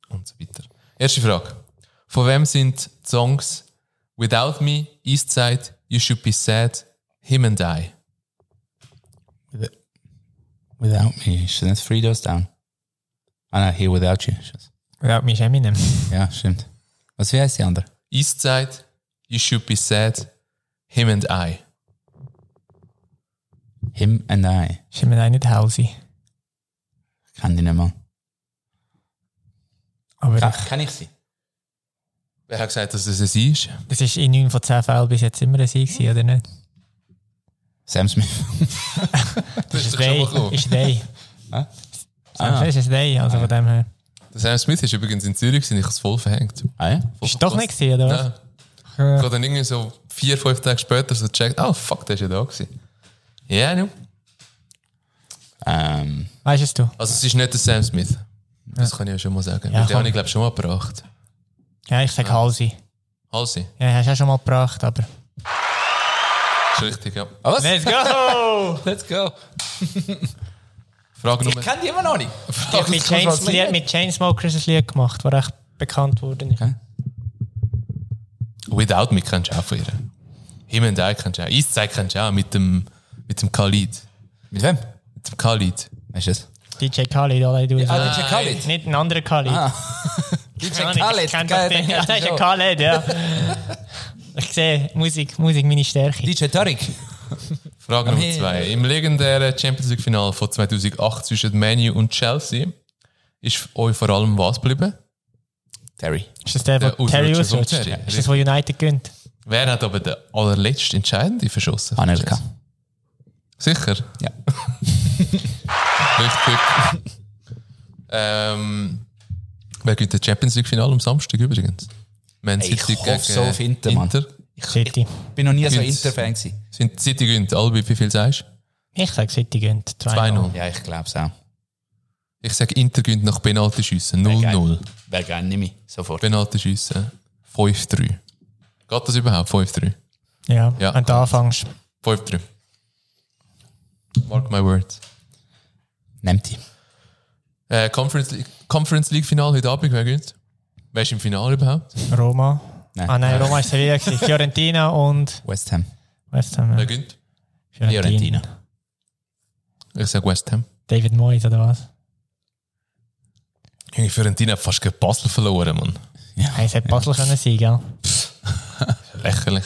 und so weiter. Erste Frage. Von wem sind die Songs Without Me, Eastside, You Should Be Sad, Him and I?
Without me, ist das nicht Three Doors Down? Ah nein, Here Without You. ist das.
Without me ist Eminem.
Ja, stimmt. Was, wie heißt die andere?
Eastside, You Should Be Sad, Him and I.
Him and I.
Ist Eminem nicht Halsey.
Kenn die nicht mal.
Aber
Kann, kann ich sie?
Wer hat gesagt, dass es es ist?
das ist in 9 von 10 Fällen bis jetzt immer ein Sieg, gewesen, oder nicht?
Sam Smith.
Das
Ist Day. Ist Day.
Hä?
Ah. Ist es Day, also von dem her.
Der Sam Smith ist übrigens in Zürich gewesen, ich habe es voll verhängt.
Ah ja?
Ist doch nicht gewesen, oder was?
Nein. Ich habe dann irgendwie so vier, fünf Tage später so gecheckt, ah fuck, der ist ja da gewesen. Ja, yeah,
Ähm,
Weißt es du?
Also es ist nicht der Sam Smith. Das kann ich ja schon mal sagen.
Ja,
Ja, den
komm.
habe ich glaube schon mal gebracht.
Ja, ich sag Halsey.
Halsi,
Ja, hast du auch schon mal gebracht, aber.
ist richtig, ja.
was?
Let's go!
Oh, Let's go.
Frage Nummer...
Kennt die immer noch nicht?
ich habe mit, Chains Lied- mit Chainsmokers ein Lied gemacht, das recht bekannt wurde. ist.
Without Me kennst du auch von ihr. Him and I kennst du auch. Eastside kennst du auch mit dem, mit dem Khalid.
Mit wem?
Mit dem Khalid.
Weißt du das?
DJ Khalid, alle du.
Ah, DJ Khaled.
Nicht ein anderer Khalid.
DJ
Keine Ahnung, ich
Khaled.
kenn
geil,
das Ding.
den
Ja,
kenn
das
ich
ist ein
auch.
Khaled, ja. Ich sehe, Musik, Musik meine Stärke.
DJ Tarek.
Ah,
Frage Nummer
Hey.
zwei. Im legendären Champions League Final von 2008 zwischen Man U und Chelsea ist euch vor allem was geblieben?
Terry.
Ist das der,
Der
der Terry
Ausrutscher vom
ausrutscht?
Terry,
Ist das, wo United gönnt?
Wer hat aber den allerletzten entscheidenden verschossen?
Anelka.
Sicher?
Ja.
Richtig. ähm, wer gewinnt das Champions League Finale am Samstag übrigens? Man
Ey, ich hoffe so auf Inter, Mann.
City.
Bin noch nie so
Gibt's-
Inter-Fan gewesen.
Sind City gewinnt. Albi, wie viel sagst du?
Ich sage City gönnt. 2-0.
2-0.
Ja, ich glaub's auch.
Ich sage Inter gewinnt nach Penaltyschüssen. 0-0.
Wäre gerne nicht mehr. Sofort.
Penaltyschüssen. 5-3. Geht das überhaupt? 5-3.
Ja,
Ja.
wenn du anfängst.
5-3. Mark my words.
Nehmt die.
Äh, Conference League, Conference League Finale heute Abend, wer gewinnt? Wer ist im Finale überhaupt?
Roma.
Nein.
Ah nein, Roma ist Sevilla. gewesen. Fiorentina und
West Ham.
West Ham.
Wer
ja.
gewinnt?
Fiorentina.
Ich sage West Ham.
David Moyes oder was?
Junge, Fiorentina hat fast gegen Basel verloren, Mann.
Hey, es hätte Basel können sein, gell?
Lächerlich.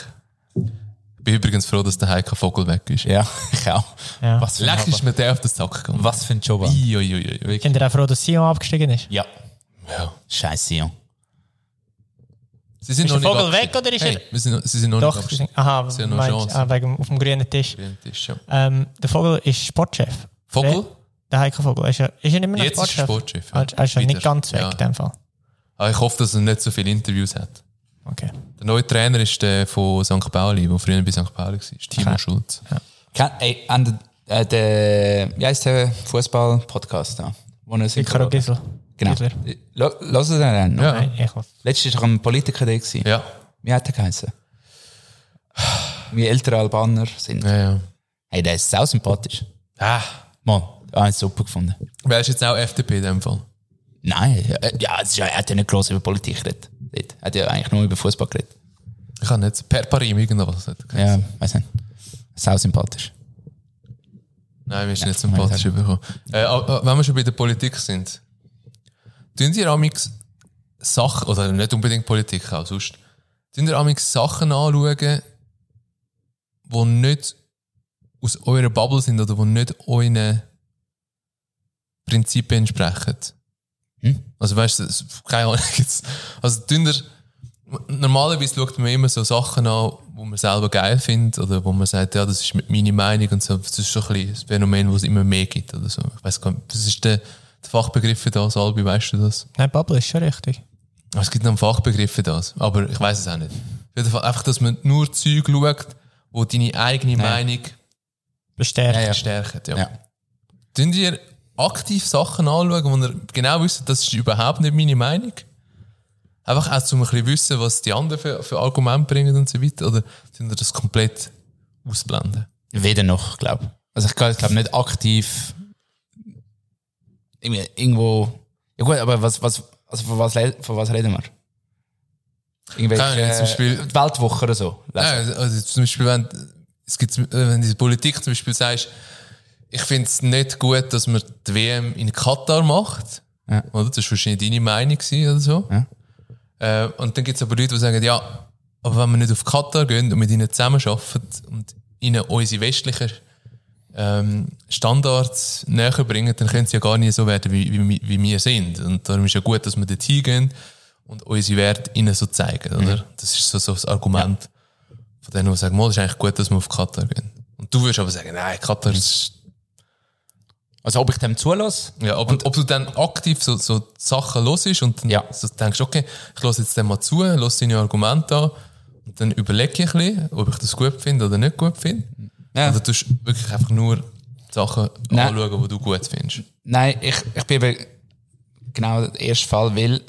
Ich bin übrigens froh, dass der Heiko Vogel weg ist.
Ja, ich auch.
Ja.
Was für
Leck
ein
ist mir der auf den Sack gegangen.
Was für ein Job. Mann.
Iuiuiui.
Sind ihr auch froh, dass Sion abgestiegen ist?
Ja.
Ja.
Scheiße, Sion.
Sie sind
Ist
noch
der
nicht
Vogel weg,
abgestiegen.
oder ist
hey, wir sind, noch- Sie sind noch
Doch,
nicht abgestiegen.
aha,
Sie haben noch
meinst-
Chance.
ah, wegen, auf dem grünen Tisch.
Tisch, ja.
Ähm, der Vogel ist Sportchef.
Vogel?
Der Heiko Vogel. Ist er, ist er nicht mehr noch
Jetzt ist
Sportchef?
Sportchef.
Ah, Er ist ja
Wieder.
nicht ganz weg
Ja.
in dem Fall.
Ah, ich hoffe, dass er nicht so viele Interviews hat.
Okay.
Der neue Trainer ist der von St. Pauli, der früher bei St. Pauli war, Timo
Okay.
Schulz.
Kennt- Ey, an äh, der, wie heißt der Fußball-Podcast da? Wo er sich-
Ricardo Gisel.
Genau.
Gisler.
Lo- Lass es dann noch.
Ja.
Nein, ich weiß.
Letztes Jahr war ein Politiker da. gewesen.
Ja,
Wie hat er geheißen? Wie ältere Albaner sind.
ja, ja.
Hey, der ist sau sympathisch.
Ah,
Mann, ich habe ihn super gefunden.
wer ist jetzt auch FDP in dem Fall?
Nein, äh, ja, es ist ja, er hat ja nicht gross über Politik geredet. Dort. Er hat ja eigentlich nur über Fußball geredet.
Ich kann nicht. Per Parim, irgendwas. hat er gesagt.
Ja, weiß nicht. Sau sympathisch.
Nein, wir sind nicht sympathisch überkommen. Äh, aber wenn wir schon bei der Politik sind, tun Sie amix Sachen, oder nicht unbedingt Politik, auch sonst, tun Sie amix Sachen anschauen, die nicht aus eurer Bubble sind oder die nicht euren Prinzipien entsprechen?
Hm?
Also weißt du, es- keine Ahnung. Jetzt, also tun Sie- Normalerweise schaut man immer so Sachen an, wo man selber geil findet oder wo man sagt, ja, das ist meine Meinung und so. Das ist so ein bisschen das Phänomen, wo es immer mehr gibt oder so. Ich weiß gar nicht, das ist der, der Fachbegriff für das, Albi, weißt du das?
Nein, Bubble ist schon richtig.
Es gibt noch einen Fachbegriff für das, aber ich weiß es auch nicht. Auf jeden Fall einfach, dass man nur Zeug schaut, wo deine eigene Meinung
Bestärkt.
Ja, ja.
stärkt. Ja.
Ja.
Tun ihr aktiv Sachen anschauen, wo ihr genau wisst, das ist überhaupt nicht meine Meinung? Einfach auch, um ein bisschen wissen, was die anderen für, für Argumente bringen und so weiter? Oder tun ihr das komplett ausblenden?
Weder noch, glaube ich. Also ich glaube nicht aktiv irgendwie irgendwo. Ja gut, aber was, was, also von was, le- von was reden wir? Irgendwelche
Keine Ahnung, zum Beispiel-
äh, Weltwoche oder so.
Ja,
Lesen.
also also zum Beispiel, wenn, es gibt, äh, wenn du in der Politik zum Beispiel sagst, ich finde es nicht gut, dass man die WM in Katar macht.
Ja.
Oder? Das war wahrscheinlich deine Meinung gewesen oder so. Äh, und dann gibt es aber Leute, die sagen, ja, aber wenn wir nicht auf Katar gehen und mit ihnen zusammenarbeiten und ihnen unsere westlichen ähm, Standards näher bringen, dann können sie ja gar nicht so werden, wie, wie, wie wir sind. Und darum ist ja gut, dass wir dort hingehen und unsere Werte ihnen so zeigen. Oder? Das ist so, so das Argument von denen, die sagen, «Mo, das ist eigentlich gut, dass wir auf Katar gehen. Und du würdest aber sagen, nein, Katar ist...
Also ob ich dem zulasse?
Ja, ob, ob du dann aktiv so, so die Sachen hörst und dann
Ja.
so denkst, okay, ich höre jetzt dem mal zu, höre seine Argumente an und dann überlege ich ein bisschen, ob ich das gut finde oder nicht gut finde.
Ja.
Oder tust du wirklich einfach nur die Sachen
Nein.
anschauen, die du gut findest.
Nein, ich, ich bin eben genau der erste Fall, weil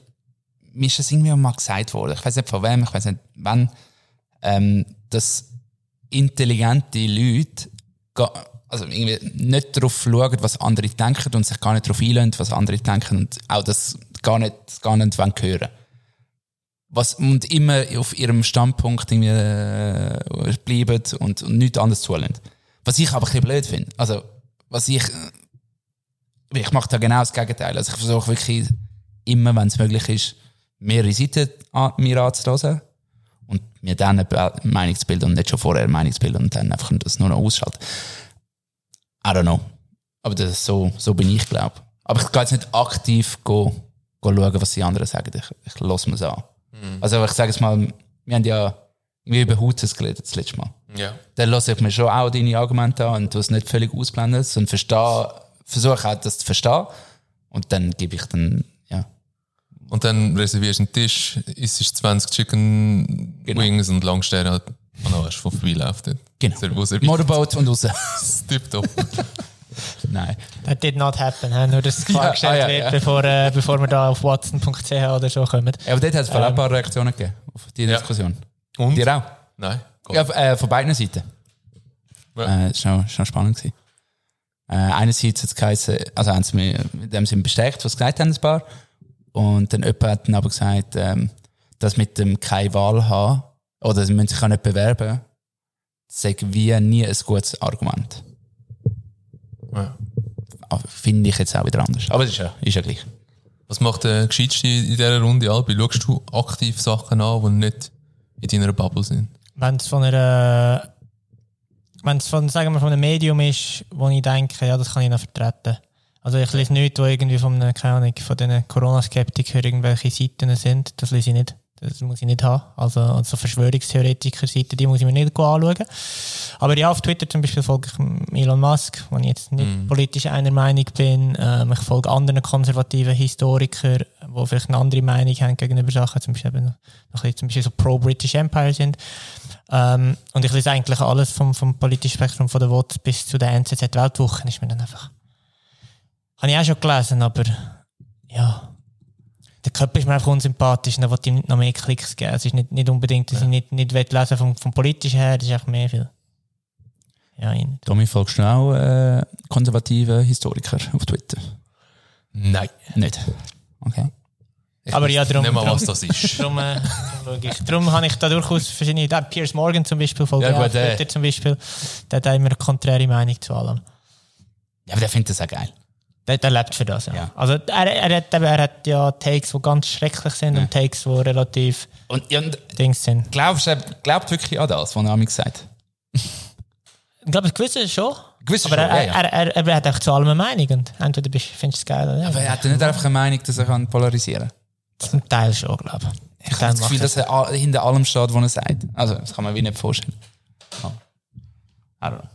mir ist das irgendwie mal gesagt worden. Ich weiß nicht von wem, ich weiß nicht wann, ähm, dass intelligente Leute ga- also irgendwie nicht darauf schauen, was andere denken und sich gar nicht darauf einlösen, was andere denken und auch das gar nicht, gar nicht wollen hören was Und immer auf ihrem Standpunkt irgendwie, äh, bleiben und, und nichts anderes zulassen. Was ich aber ein bisschen blöd finde. Also, was ich ich mache da genau das Gegenteil. Also ich versuche wirklich immer, wenn es möglich ist, mehrere Seiten an, mir anzuhören und mir dann eine Be- Meinung zu bilden und nicht schon vorher eine Meinung zu bilden und dann einfach das nur noch ausschalten. I don't know. Aber das ist so, so bin ich, glaube ich. Aber ich gehe jetzt nicht aktiv go, go schauen, was die anderen sagen. Ich, ich lasse mir es an. Also ich sage es mal, wir haben ja irgendwie über Hutes geredet das letzte Mal
Ja.
dann lasse ich mir schon auch deine Argumente an und du es nicht völlig ausblenden, sondern verstehe, versuche auch das zu verstehen. Und dann gebe ich dann, ja.
Und dann reservierst du einen Tisch, isst 20 Chicken Wings und langst dir halt an den Arsch, der vorbeiläuft.
Genau.
Servus,
Motorboat und raus.
tipptopp.
Nein.
That did not happen. hä? Nur, dass es klargestellt
ah, ja,
wird,
ja.
Bevor, äh, bevor wir da auf watson.ch oder so kommen.
Ja, aber dort hat es ähm. ein paar Reaktionen gegeben auf die Diskussion.
Und?
Dir auch?
Nein. Gott.
Ja, äh, von beiden Seiten.
Ja.
Äh, ist schon, schon spannend gewesen. Äh, einerseits hat es geheißen, also haben sie mir, mit dem sind bestärkt, was sie gesagt haben, ein paar. Und dann jemand hat dann aber gesagt, ähm, dass mit dem keine Wahl haben, oder sie müssen sich auch nicht bewerben, sagen wir nie ein gutes Argument.
Ja.
Aber Finde ich jetzt auch wieder anders. Aber es ist ja, ist ja gleich.
Was macht der Gescheitste in dieser Runde, Albi? Schaust du aktiv Sachen an, die nicht in deiner Bubble sind?
Wenn es von einer, wenn es von, sagen wir, von einem Medium ist, wo ich denke, ja, das kann ich noch vertreten. Also ich lese nichts, wo irgendwie von einer, keine Ahnung, von diesen Corona-Skeptikern irgendwelche Seiten sind. Das lese ich nicht. Das muss ich nicht haben. Also, also so Verschwörungstheoretiker-Seite, die muss ich mir nicht anschauen. Aber ja, auf Twitter zum Beispiel folge ich Elon Musk, wo ich jetzt nicht politisch einer Meinung bin. Ähm, ich folge anderen konservativen Historikern, die vielleicht eine andere Meinung haben gegenüber Sachen, zum Beispiel, eben noch ein bisschen, zum Beispiel so pro-British Empire sind. Ähm, und ich lese eigentlich alles vom, vom politischen Spektrum von der WOT bis zu der NZZ-Weltwoche. Ist mir dann einfach... Habe ich auch schon gelesen, aber ja... Der Köpfe ist mir einfach unsympathisch, und dann will ich ihm nicht noch mehr Klicks geben. Es ist nicht, nicht unbedingt, dass ich nicht, nicht will lesen vom, vom politischen her, das ist einfach mehr viel. Ja, ihn.
Tommy, folgst du auch äh, konservativen Historiker auf Twitter?
Nein.
Nicht. Okay.
Ich
Aber
weiß
ja, darum-
Nicht mal,
darum-
was das ist.
Darum, äh, darum schaue ich. Darum habe ich da durchaus verschiedene. Der Piers Morgan zum Beispiel, folgt
Ja,
ja,
gut, äh. der.
Twitter zum Beispiel, der hat auch immer eine konträre Meinung zu allem.
Ja, aber der findet das auch geil.
Der, der lebt für das, ja.
Ja.
Also er, er, hat, eben- er hat ja Takes, die ganz schrecklich sind und Takes, die relativ
Und, ja, und
Dings sind.
glaubst du, er glaubt wirklich an das, was er mir gesagt hat?
Ich glaube, das Gewissen schon.
Gewiss
Aber
schon,
er,
ja, ja.
Er, er, er hat auch zu allem eine Meinung. Und entweder bist, findest du es geil oder nicht.
Aber er hat ja nicht einfach eine Meinung, dass er kann polarisieren kann.
Zum Teil schon, glaube ich.
Ich habe das Gefühl, dass er a- hinter allem steht, was er sagt. Also, das kann man wie nicht vorstellen. Ja. I don't know.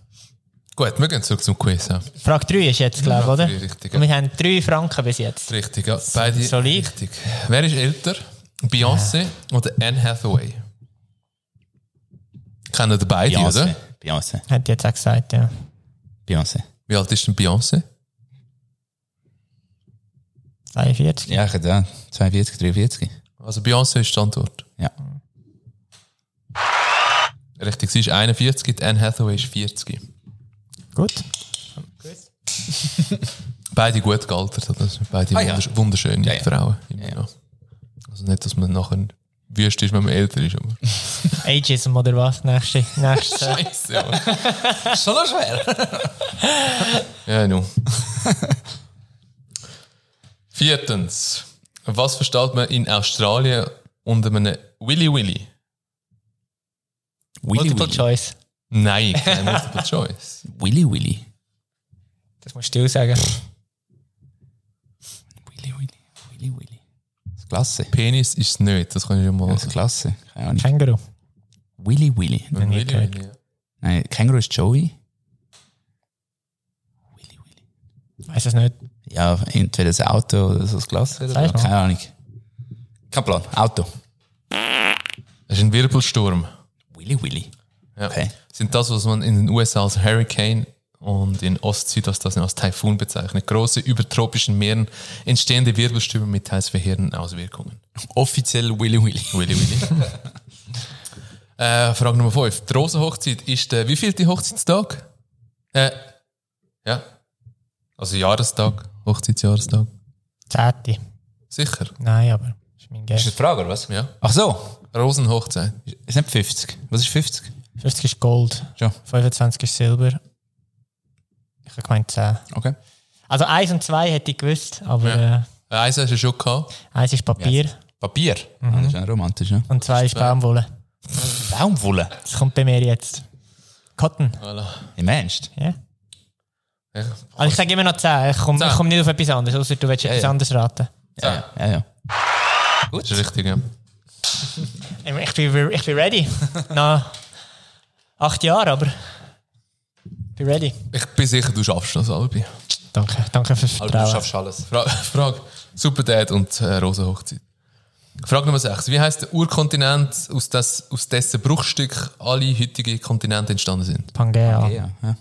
Gut, wir gehen zurück zum Quiz. Ja.
Frage 3 ist jetzt, glaube ich, oder?
Frage drei, richtig, ja.
Und wir haben 3 Franken bis jetzt.
Richtig, ja. Beide
solid.
richtig. Wer ist älter? Beyoncé oder Anne Hathaway? Kennen die beide, oder?
Beyoncé.
Hat jetzt auch gesagt, ja.
Beyoncé.
Wie alt ist denn Beyoncé?
42.
Ja, ich hätte ja. 42, 43.
Also Beyoncé ist die Antwort.
Ja.
Richtig, sie ist 41, die Anne Hathaway ist 40.
Gut.
Beide gut gealtert, oder? Das sind Beide
Ah, ja.
wundersch- wunderschöne
ja.
Frauen. immer
Ja, ja.
noch. Also nicht, dass man nachher wüst ist, wenn man älter ist. Aber.
Ageism oder was? Nächste. nächste.
Scheiße, ja.
Schon noch schwer.
ja, nun. Viertens. Was versteht man in Australien unter einem Willy Willy?
Willy
Multiple
Willy.
Choice.
Nein, keine Multiple Choice.
Willy Willy.
Das musst du sagen.
Willy Willy. Willy Willy. Das ist klasse.
Penis ist es nicht, das kann ich schon mal
Das ist
sagen.
klasse. Keine Ahnung.
Känguru.
Willy Willy.
Ein
nie
Willy
gehört.
Willy, ja.
Nein, Känguru ist Joey. Willy Willy.
Weiß es nicht.
Ja, entweder das Auto oder so das Glas.
Sag's mal.
Keine Ahnung. Kein Plan. Auto.
Das ist ein Wirbelsturm.
Willy Willy.
Ja.
Okay.
Sind das, was man in den USA als Hurricane und in Ost-Südostasien als Taifun bezeichnet. Große übertropischen Meeren entstehende Wirbelstürme mit teils verheerenden Auswirkungen.
Offiziell Willy Willy.
Willy Willy. äh, Frage Nummer 5. Die Rosenhochzeit ist der wievielte Hochzeitstag? Äh, ja. Also Jahrestag, Hochzeitsjahrestag.
Zehnte.
Sicher,
Nein, aber das ist mein
Ist das
Guess.
die Frage, oder was?
ja.
Ach so.
Rosenhochzeit.
Ist nicht 50. Was ist 50?
50 ist Gold.
Schon.
25 ist Silber. Ich habe gemeint 10.
Okay.
Also 1 und 2 hätte ich gewusst, aber äh,
Äh, Eins hast du schon gehabt.
1 ist Papier
Papier. Ah, das ist ja romantisch, ne?
und 2 ist Baumwolle.
Baumwolle.
Das kommt bei mir jetzt. Cotton.
Voilà.
Im Ernst?
Ja.
Ja.
Also ich sage immer noch 10. Ich komme
Zehn.
komm nicht auf etwas anderes, außer du willst etwas
ja.
anderes raten.
Ja, ja. ja.
Das ist richtig, ja.
Ich bin, ich bin ready. Nach acht Jahren, aber ich bin ready.
Ich bin sicher, du schaffst das, Albi.
Danke, danke fürs Vertrauen.
alles.
Fra Frage Superdad und äh, Rosenhochzeit. Frage Nummer 6. Wie heißt der Urkontinent, aus, des, aus dessen Bruchstück alle heutigen Kontinente entstanden sind?
Pangea.
Ja, ja.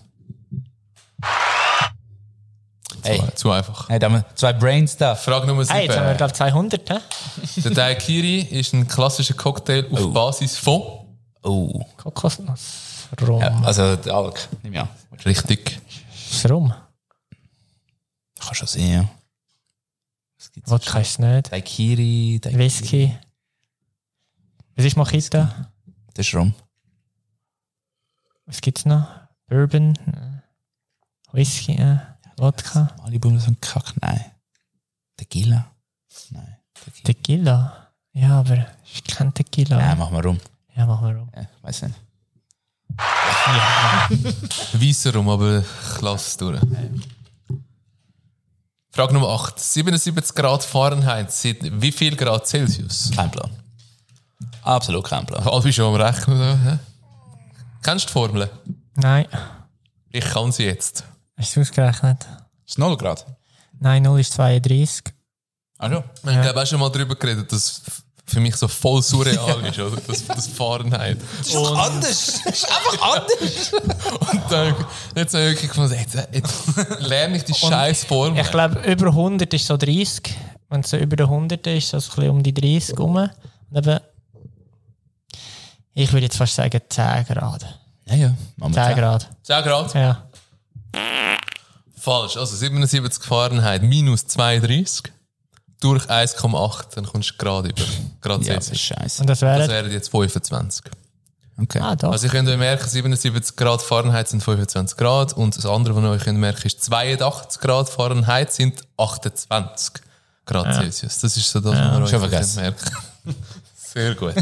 Hey,
Zu einfach.
hey, da haben wir zwei Brain Stuff.
Frage Nummer 7.
Hey, jetzt haben wir, glaube ich, 200. He?
der Daiquiri ist ein klassischer Cocktail auf
Oh.
Basis von.
Oh.
Kokosnuss. Rum.
Ja, also, der Alk. Nimm ja.
Richtig.
Ist Rum?
Kann schon sehen, ja. Was gibt's?
Wodka ist es nicht.
Daikiri, Daikiri.
Whisky. Was ist Mojito?
Das ist rum.
Was gibt es noch? Bourbon? Nein. Whisky? ja. Wodka?
Malibu so ein Kack, nein. Tequila? Nein. Tequila.
Tequila? Ja, aber es ist kein Tequila.
Nein,
Ja,
machen wir rum.
machen wir rum.
Ja, weiß nicht.
Weißer rum, aber ich lasse es durch. Frage Nummer 8. 77 Grad Fahrenheit sind wie viel Grad Celsius?
Kein Plan. Absolut kein Plan.
Alle schon am Rechnen. so, hä? Kennst du die Formel?
Nein.
Ich kann sie jetzt.
Hast du es ausgerechnet?
Ist 0 Grad?
Nein, 0 ist 32.
Also,
Ich glaube, auch schon mal darüber geredet, dass f- für mich so voll surreal ist, oder? Das, das Fahrenheit.
ist doch anders. ist einfach anders.
Und dann, jetzt habe ich wirklich gefunden, jetzt, jetzt lerne ich die scheiß Formel.
Ich glaube, über 100 ist so 30. Wenn es so über den 100 ist, so ein bisschen um die 30 rum. Und eben, ich würde jetzt fast sagen 10 Grad.
Ja, ja. Machen
10 Grad,
10 Grad.
ja.
Falsch. Also 77 Fahrenheit minus 32 durch 1,8, dann kommst du gerade über. Gerade
Ja, das
jetzt.
ist scheiße.
Und das
Das
wäre...
wären jetzt 25.
Okay.
Ah, doch.
Also ihr könnt euch merken, 77 Grad Fahrenheit sind 25 Grad und das andere, was ihr euch könnt merken ist 82 Grad Fahrenheit sind 28 Grad Celsius. Das ist so das, was ihr
Schon
euch könnt
vergessen.
merken Sehr gut.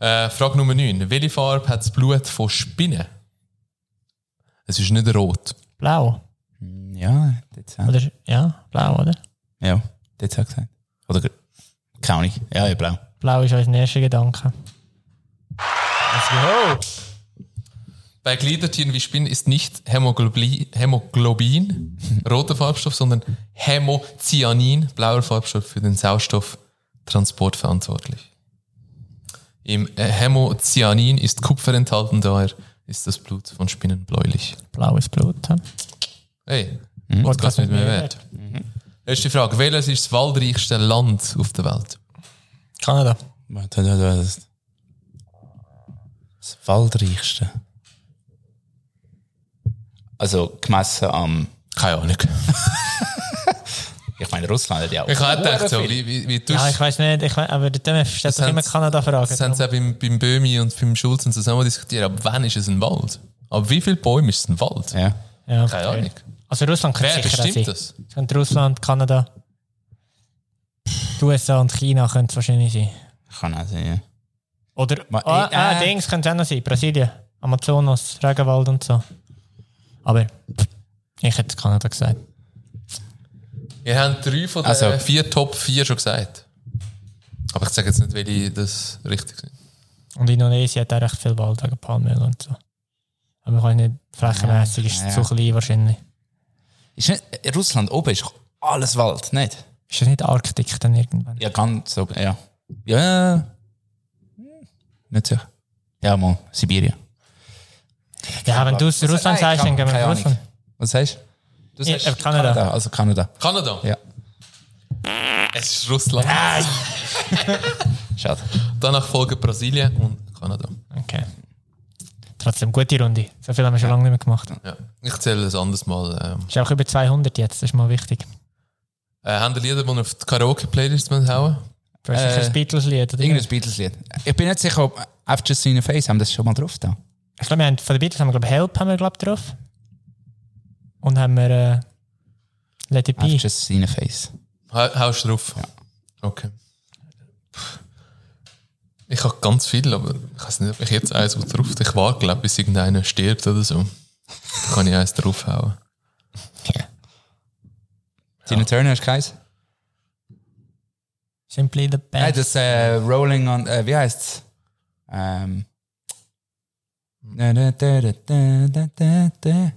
äh, Frage Nummer 9. Welche Farbe hat das Blut von Spinnen? Es ist nicht rot.
Blau.
Ja, dezent.
Oder, ja, blau, oder?
Ja, dezent gesagt. Oder gr- keine Ahnung. Ja, ja, blau.
Blau ist unser erster Gedanke. Let's
Bei Gliedertieren wie Spinnen ist nicht Hämoglobin, Hämoglobin roter Farbstoff, sondern Hämocyanin, blauer Farbstoff, für den Sauerstofftransport verantwortlich. Im äh, Hämocyanin ist Kupfer enthalten, daher ist das Blut von Spinnen bläulich.
go! Blaues Blut. hm?
Hey, was kannst du mit mir wert?
Mhm.
Letzte Frage. Welches ist das waldreichste Land auf der Welt?
Kanada.
Warte, warte, warte. Das das waldreichste. Also gemessen am.
Keine Ahnung.
Ich meine, Russland hat ja auch.
Ich habe gedacht, so,
viel.
wie, wie, wie tust
Ja, ich weiß nicht, ich weiss, aber der DMF stellt doch
haben
immer
sie-
Kanada
Das haben
Fragen.
Also sie auch beim, beim Böhmi und beim Schulz und zusammen diskutiert. Ab wann ist es ein Wald? Ab wie viele Bäume ist es ein Wald?
Ja.
Ja.
Keine Ahnung.
Also Russland kann
Wer
sicher auch sein.
bestimmt das?
Es könnte Russland, Kanada, die USA und China könnte es wahrscheinlich sein.
Kann auch sein, ja.
Oder
Ma-
ah,
eh,
ah,
eh.
Dings könnte es auch noch sein. Brasilien, Amazonas, Regenwald und so. Aber pff, ich hätte Kanada gesagt.
Ihr habt drei von den
Also-
vier Top 4 schon gesagt. Aber ich sage jetzt nicht, welche das richtig sind.
Und Indonesien hat auch recht viel Wald wegen Palmöl und so. Aber ich weiß nicht, flächenmässig ist
Ja,
es
ja.
zu klein wahrscheinlich.
Ist nicht, Russland oben ist alles Wald, nicht?
Ist das nicht Arktik dann irgendwann?
Ja, ganz oben, ja. Ja. Hm, Nicht sicher. Ja, mal, Sibirien.
Ja, wenn du aus
Also,
Russland
nein,
sagst, dann gehen wir
keine
nach
Ahnung.
Russland.
Was sagst du?
Das
Ja,
heißt
äh, Kanada.
Da, also Kanada.
Kanada.
Ja.
Es ist Russland.
Schade.
Danach folgen Brasilien und Kanada.
Okay. Trotzdem, gute Runde. So viel haben wir schon lange nicht mehr gemacht.
Ja. Ich zähle das anders mal. Ähm.
Ist auch über 200 jetzt, das ist mal wichtig.
Äh, haben die Lieder, die ihr auf die Karaoke-Playlist hauen wollt?
Du hast sicher
Äh,
ein Beatles-Lied, oder?
Irgendein Beatles-Lied. Ich bin nicht sicher, ob I've Just Seen Your Face haben das schon mal drauf da.
Ich glaube, wir haben, von den Beatles haben wir, glaube ich, Help haben wir, glaube ich, drauf. Und haben wir äh, Let It Be.
I've Just Seen Your Face.
Ha- Haust du drauf? Ja. Okay. Ich habe ganz viel, aber ich weiß nicht, ob ich jetzt eins gut drauf Ich warte, glaube bis irgendeiner stirbt oder so. Dann kann ich eins draufhauen.
Tina Turner hast du keins?
Simply the
Nein,
Best.
das äh, Rolling on, äh, wie heißt's? Ähm. Da, da, da, da, da, da, da.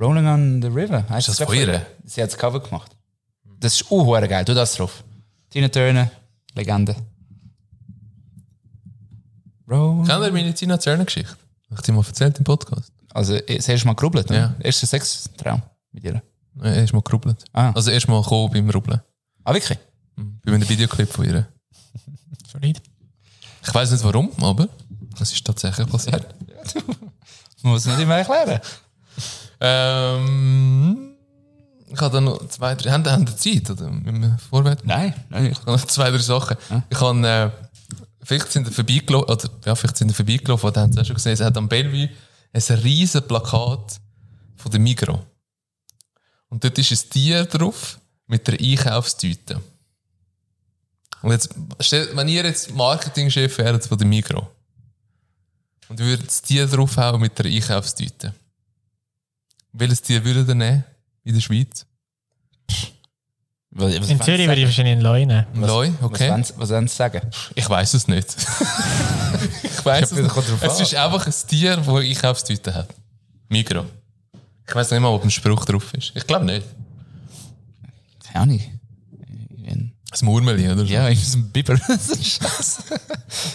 Rolling on the River. Heißt
das von ihr?
Sie hat das Cover gemacht. Das ist auch verdammt geil. Du das drauf. Tina Turner, Legende. Rolling.
Kennt ihr meine Tina Turner-Geschichte? Habe ich die mal erzählt im Podcast?
Also, das erste Mal gerubbelt, oder?
Ja.
Erster Sextraum mit ihr.
Äh, Erst mal gerubbelt.
Ah.
Also erst mal gekommen beim Rubbeln.
Ah, wirklich?
Bei einem Videoclip von ihr.
Solid.
Ich weiß nicht warum, aber es ist tatsächlich passiert.
Muss nicht immer erklären.
Ähm, ich habe dann noch zwei, drei... Haben haben die Zeit? Oder? Im Vorwärts?
Nein, nein.
Ich habe noch zwei, drei Sachen. Ich habe, äh, vielleicht sind wir vorbeigelaufen, oder, ja, vielleicht sind wir vorbeigelaufen, oder haben sie auch schon gesehen, es hat am Bellevue ein riesen Plakat von der Migros. Und dort ist ein Tier drauf mit der Einkaufstüte. Und jetzt, stellt, wenn ihr jetzt Marketingchef wäret von der Migros und würdet das Tier draufhauen mit der Einkaufstüte, welches Tier würdet ihr nehmen in der Schweiz?
Was, was
In Zürich würde ich wahrscheinlich einen Loi nehmen.
Neu,
Okay.
okay.
Was wollen sie sagen?
Ich weiß es nicht. ich weiß es
wieder
nicht.
kommt drauf
Es
an.
ist einfach ein Tier, das ich aufs Twitter habe. Migro. Ich weiß nicht mal, ob ein Spruch drauf ist. Ich glaube nicht.
Keine Ahnung. Ich bin-
Ein Murmeli oder so.
Ja, ich bin ein Biber. Das ist Scheiße.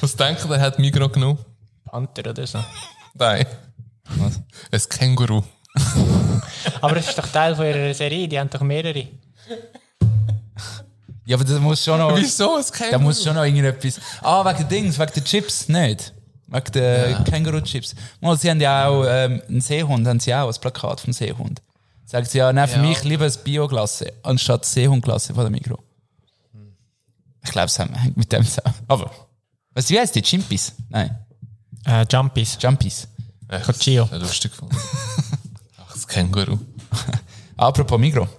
Was denkt ihr, hat Migro genommen?
Panther oder so.
Nein.
Was?
Ein Känguru.
Aber das ist doch Teil von ihrer Serie, die haben doch mehrere.
Ja, aber da muss schon noch,
Wieso ein
da
Känguru?
muss schon noch irgendetwas. Ah, wegen Dings, wegen der Chips, nicht? Wegen der Känguru-Chips. Mal, Sie haben ja auch ähm, einen Seehund, haben sie auch ein Plakat vom Seehund. Sagt sie ja, nein, für
Ja.
mich lieber das Bio-Glasse anstatt Seehund-Glasse von der Mikro. Ich glaube, es hängt mit dem zusammen. Aber, was, wie heißt die? Chimpis? Nein,
Äh, Jumpies.
Jumpies.
Echt,
Cochillo.
das hat Lustig gefunden. Ach, das Känguru.
Apropos Migro.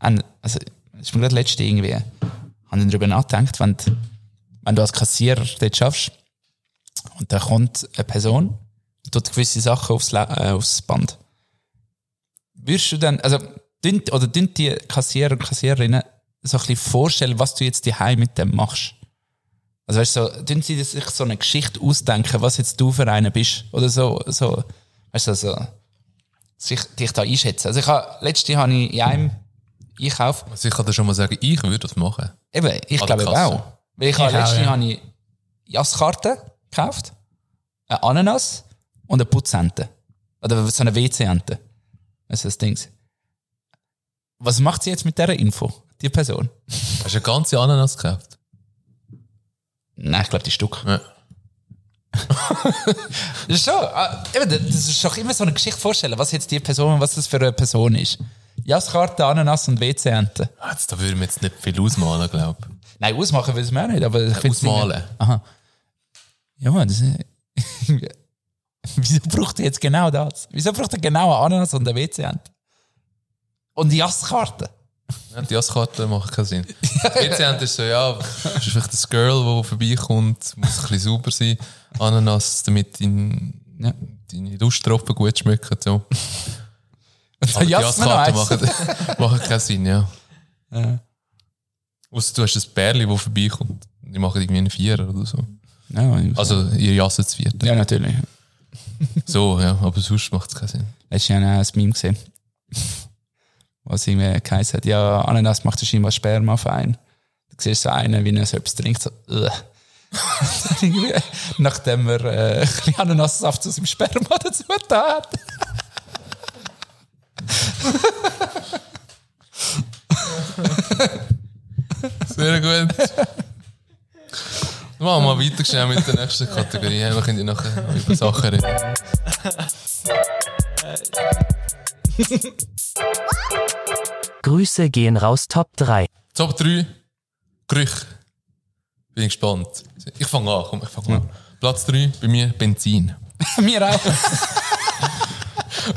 An- Also, das ist mir gerade letzte irgendwie. Haben ich darüber nachgedacht, wenn, du- wenn du als Kassierer dort schaffst und dann kommt eine Person und tut gewisse Sachen aufs, La- äh, aufs Band. Würdest du dann, also, tun- oder tun die Kassierer und Kassiererinnen so ein bisschen vorstellen, was du jetzt daheim mit dem machst? Also, weißt du, so, tun sie sich so eine Geschichte ausdenken, was jetzt du für einen bist? Oder so, so, weißt du, so, sich, dich da einschätzen. Also ich habe, letzte habe ich in einem Einkauf,
Also ich kann dir schon mal sagen, ich würde das machen.
eben, ich
An der
glaube
Kasse.
auch. Weil ich, habe
auch,
letzte
ja.
habe ich Jasskarte gekauft, eine Ananas und eine Putzente. Oder so eine WC-Ente. Das ist das Ding. Was macht sie jetzt mit dieser Info, die Person?
Hast du eine ganze Ananas gekauft?
Nein, ich glaube, die Stück.
Ja.
Das ist schon, ah, eben, das ist doch immer so eine Geschichte vorstellen, was jetzt die Person, was das für eine Person ist. Jasskarte, Ananas und WC-Ente.
Ah, Jetzt, da würden wir jetzt nicht viel ausmalen, glaube ich.
Nein, ausmachen will ich mir auch nicht, aber ich find's
Ausmalen.
irgendwie- Aha. Ja, Mann, das ist... Wieso braucht er jetzt genau das? Wieso braucht er genau eine Ananas und eine WC-Hand? Und die Jasskarte?
Ja, die Asskarte machen keinen Sinn. Jetzt haben sie so, ja, ist vielleicht das Girl, das vorbeikommt, muss ein bisschen sauber sein. Ananas, damit dein,
Ja.
deine Lusttropfen gut schmecken. So.
Und
Aber die Asskarte
eins.
machen, machen keinen Sinn, ja. Ausser du hast ein Bärli, das vorbeikommt. Die machen irgendwie einen Vierer oder so.
Ja, Mann, ich-
Also, ihr Jassen zu viert.
ja, natürlich.
So, ja, aber sonst macht es keinen Sinn.
Letztes Jahr habe ich auch ein Meme gesehen, was irgendwie geheißen hat, ja, Ananas macht scheinbar Sperma fein. Du siehst so einen, wie er selbst trinkt, so, Ugh. Irgendwie, Nachdem er äh, ein bisschen Ananassaft aus seinem Sperma dazu getan hat.
Sehr gut. Machen wir mal weiter schnell mit der nächsten Kategorie. Wir können ja nachher noch über Sachen reden.
Grüße gehen raus Top 3.
Top 3. Gerüch. Bin gespannt. Ich fange an, komm, ich fange an. Platz 3 bei mir Benzin.
Mir auch.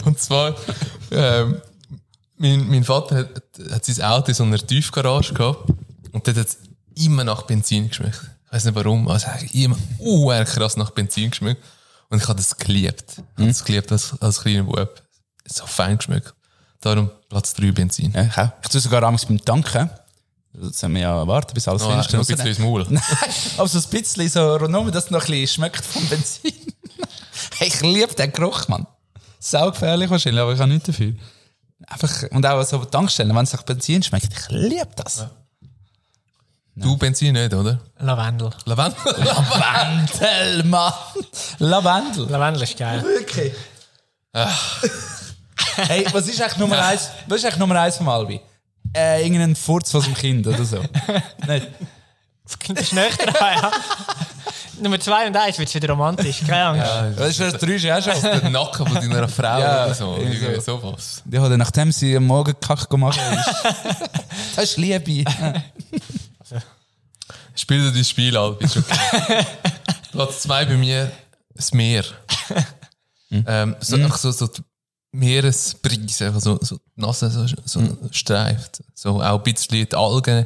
Und zwar, ähm, mein, mein Vater hat, hat sein Auto in so einer Tiefgarage gehabt und dort hat es immer nach Benzin geschmeckt. Ich weiß nicht warum, aber es hat immer uhr krass nach Benzin geschmeckt. Und ich habe das geliebt. Ich habe das geliebt als, als kleiner Bub. So fein geschmeckt. Darum Platz 3 Benzin.
Ja, ich auch. Ich tue sogar abends beim Tanken. Jetzt haben wir ja warten, bis alles
Oh, hast du noch ein bisschen ins Maul.
Aber so ein bisschen so rundum, dass es noch ein bisschen schmeckt vom Benzin. hey, ich liebe den Geruch, Mann. Sau gefährlich wahrscheinlich, aber ich habe nichts dafür. Einfach, und auch so Tankstellen, wenn es nach Benzin schmeckt, ich liebe das.
Du Benzin nicht, oder?
Lavendel.
Lavendel?
Lavendel, Mann. Lavendel.
Lavendel ist geil.
Wirklich. hey, was ist eigentlich Nummer eins? Was ist eigentlich Nummer eins vom Albi? Äh, irgendein Furz von seinem Kind oder so. Nicht?
Das ist nüchtern, ja. Nummer 2 und 1 wird wieder romantisch, keine Angst.
Das ist das drei ist ja auch schon.
Der Nacken von deiner Frau
Ja,
oder so.
irgendwie
Irgendwie sowas.
Ja, oder nachdem sie am Morgen Kack gemacht hat. das ist Liebe.
Spiel dir dein Spiel, Albi. ist okay. Platz zwei bei mir, das Meer.
Hm.
ähm, so, einfach so, so die Meeresbrise, einfach so, so die Nase so, so
Hm.
streift. So auch ein bisschen die Algen,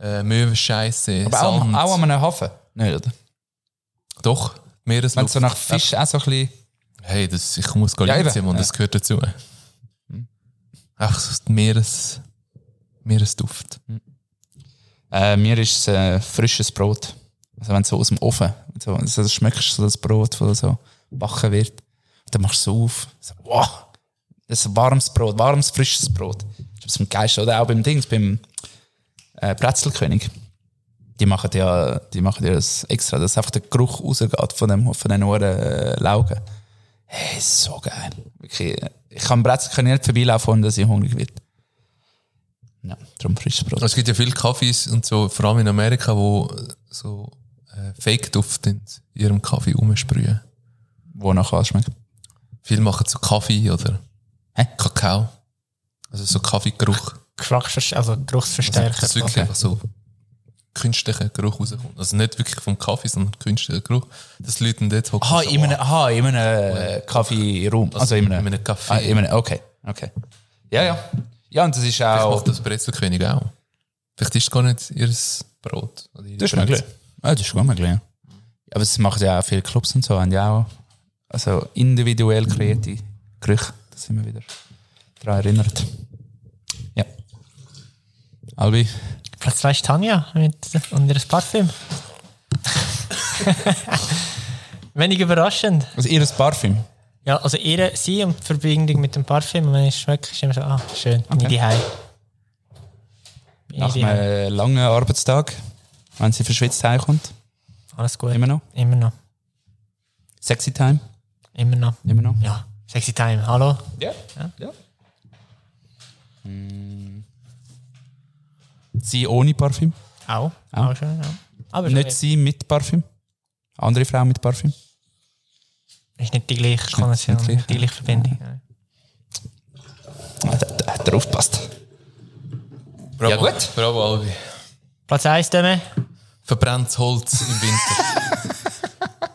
äh, Möwenscheisse,
Aber auch,
Sand.
auch an einem Hafen. Nicht, oder?
Doch,
Wenn
Meeresluft.
so nach Fisch auch so ein bisschen.
Hey, das, ich muss gar
Ja, Hm.
nicht
eben.
und das gehört dazu. Einfach so die Meeres... Mir ein Duft.
Äh, mir ist es äh, frisches Brot. Also wenn es so aus dem Ofen, so, also das schmeckst du so das Brot, das so backen wird. Und dann machst du es auf. So, wow, das ist ein warmes Brot, warmes, frisches Brot. Das ist beim Geist oder auch beim Dings, beim äh, Brezelkönig. Die machen ja, die machen ja das extra, dass einfach der Geruch rausgeht von, dem, von den Ohren äh, Laugen. Hey, so geil. Wirklich, äh, ich kann am Brezelkönig nicht vorbeilaufen, ohne dass ich hungrig wird. Ja, darum frisches Brot.
Also Es gibt ja viele Kaffees und so, vor allem in Amerika, wo so äh, Fake-Duft in ihrem Kaffee rumsprühen.
wo nachher schmeckt.
Viele machen so Kaffee oder
Hä?
Kakao. Also so Kaffeegeruch.
Geschmacksverstärker, also Geruchsverstärker.
Dass wirklich einfach so künstlicher Geruch rauskommt. Also nicht wirklich vom Kaffee, sondern künstlicher Geruch. Dass die Leute dann dort hocken.
Aha,
so,
Ah, in
wow.
einem, aha, in einem äh, Kaffeeraum. Also in einem,
in einem Café.
Ah, in einem, okay, okay. Ja, ja. Ja, und das ist
Vielleicht
auch...
macht das Brezelkönig auch. Vielleicht ist es gar nicht ihr Brot. oder ihre
Das ist
Brezel.
möglich. Ah, das ist gut möglich, ja. Aber es machen ja auch viele Clubs und so, haben ja auch also individuell kreierte Gerüche. Da sind wir wieder daran erinnert. Ja. Albi,
Platz 2 ist Tanja mit, und ihr Parfüm. Wenig überraschend.
also ihr Parfüm.
Ja, also ihre, sie und die Verbindung mit dem Parfüm, wenn ich schmecke, ist immer so, ah, schön, bin ich daheim. Bin ich
Nach
daheim.
einem langen Arbeitstag, wenn sie verschwitzt heimkommt.
Alles gut.
Immer noch.
Immer noch.
Sexy Time,
Immer noch.
immer noch.
Ja, sexy time. Hallo?
Ja. ja. Hm. Sie ohne Parfüm?
Auch.
Auch.
Auch schön, ja. Aber
Nicht
schon-
sie mit Parfüm? Andere Frau mit Parfüm?
ist nicht die gleiche Konvention,
nicht
nicht,
gleich.
die gleiche Verbindung. Ja.
Ah, da, da hat er aufgepasst.
Bravo.
Ja, gut.
Bravo, Albi.
Platz 1 Deme.
Verbrenntes Holz im Winter.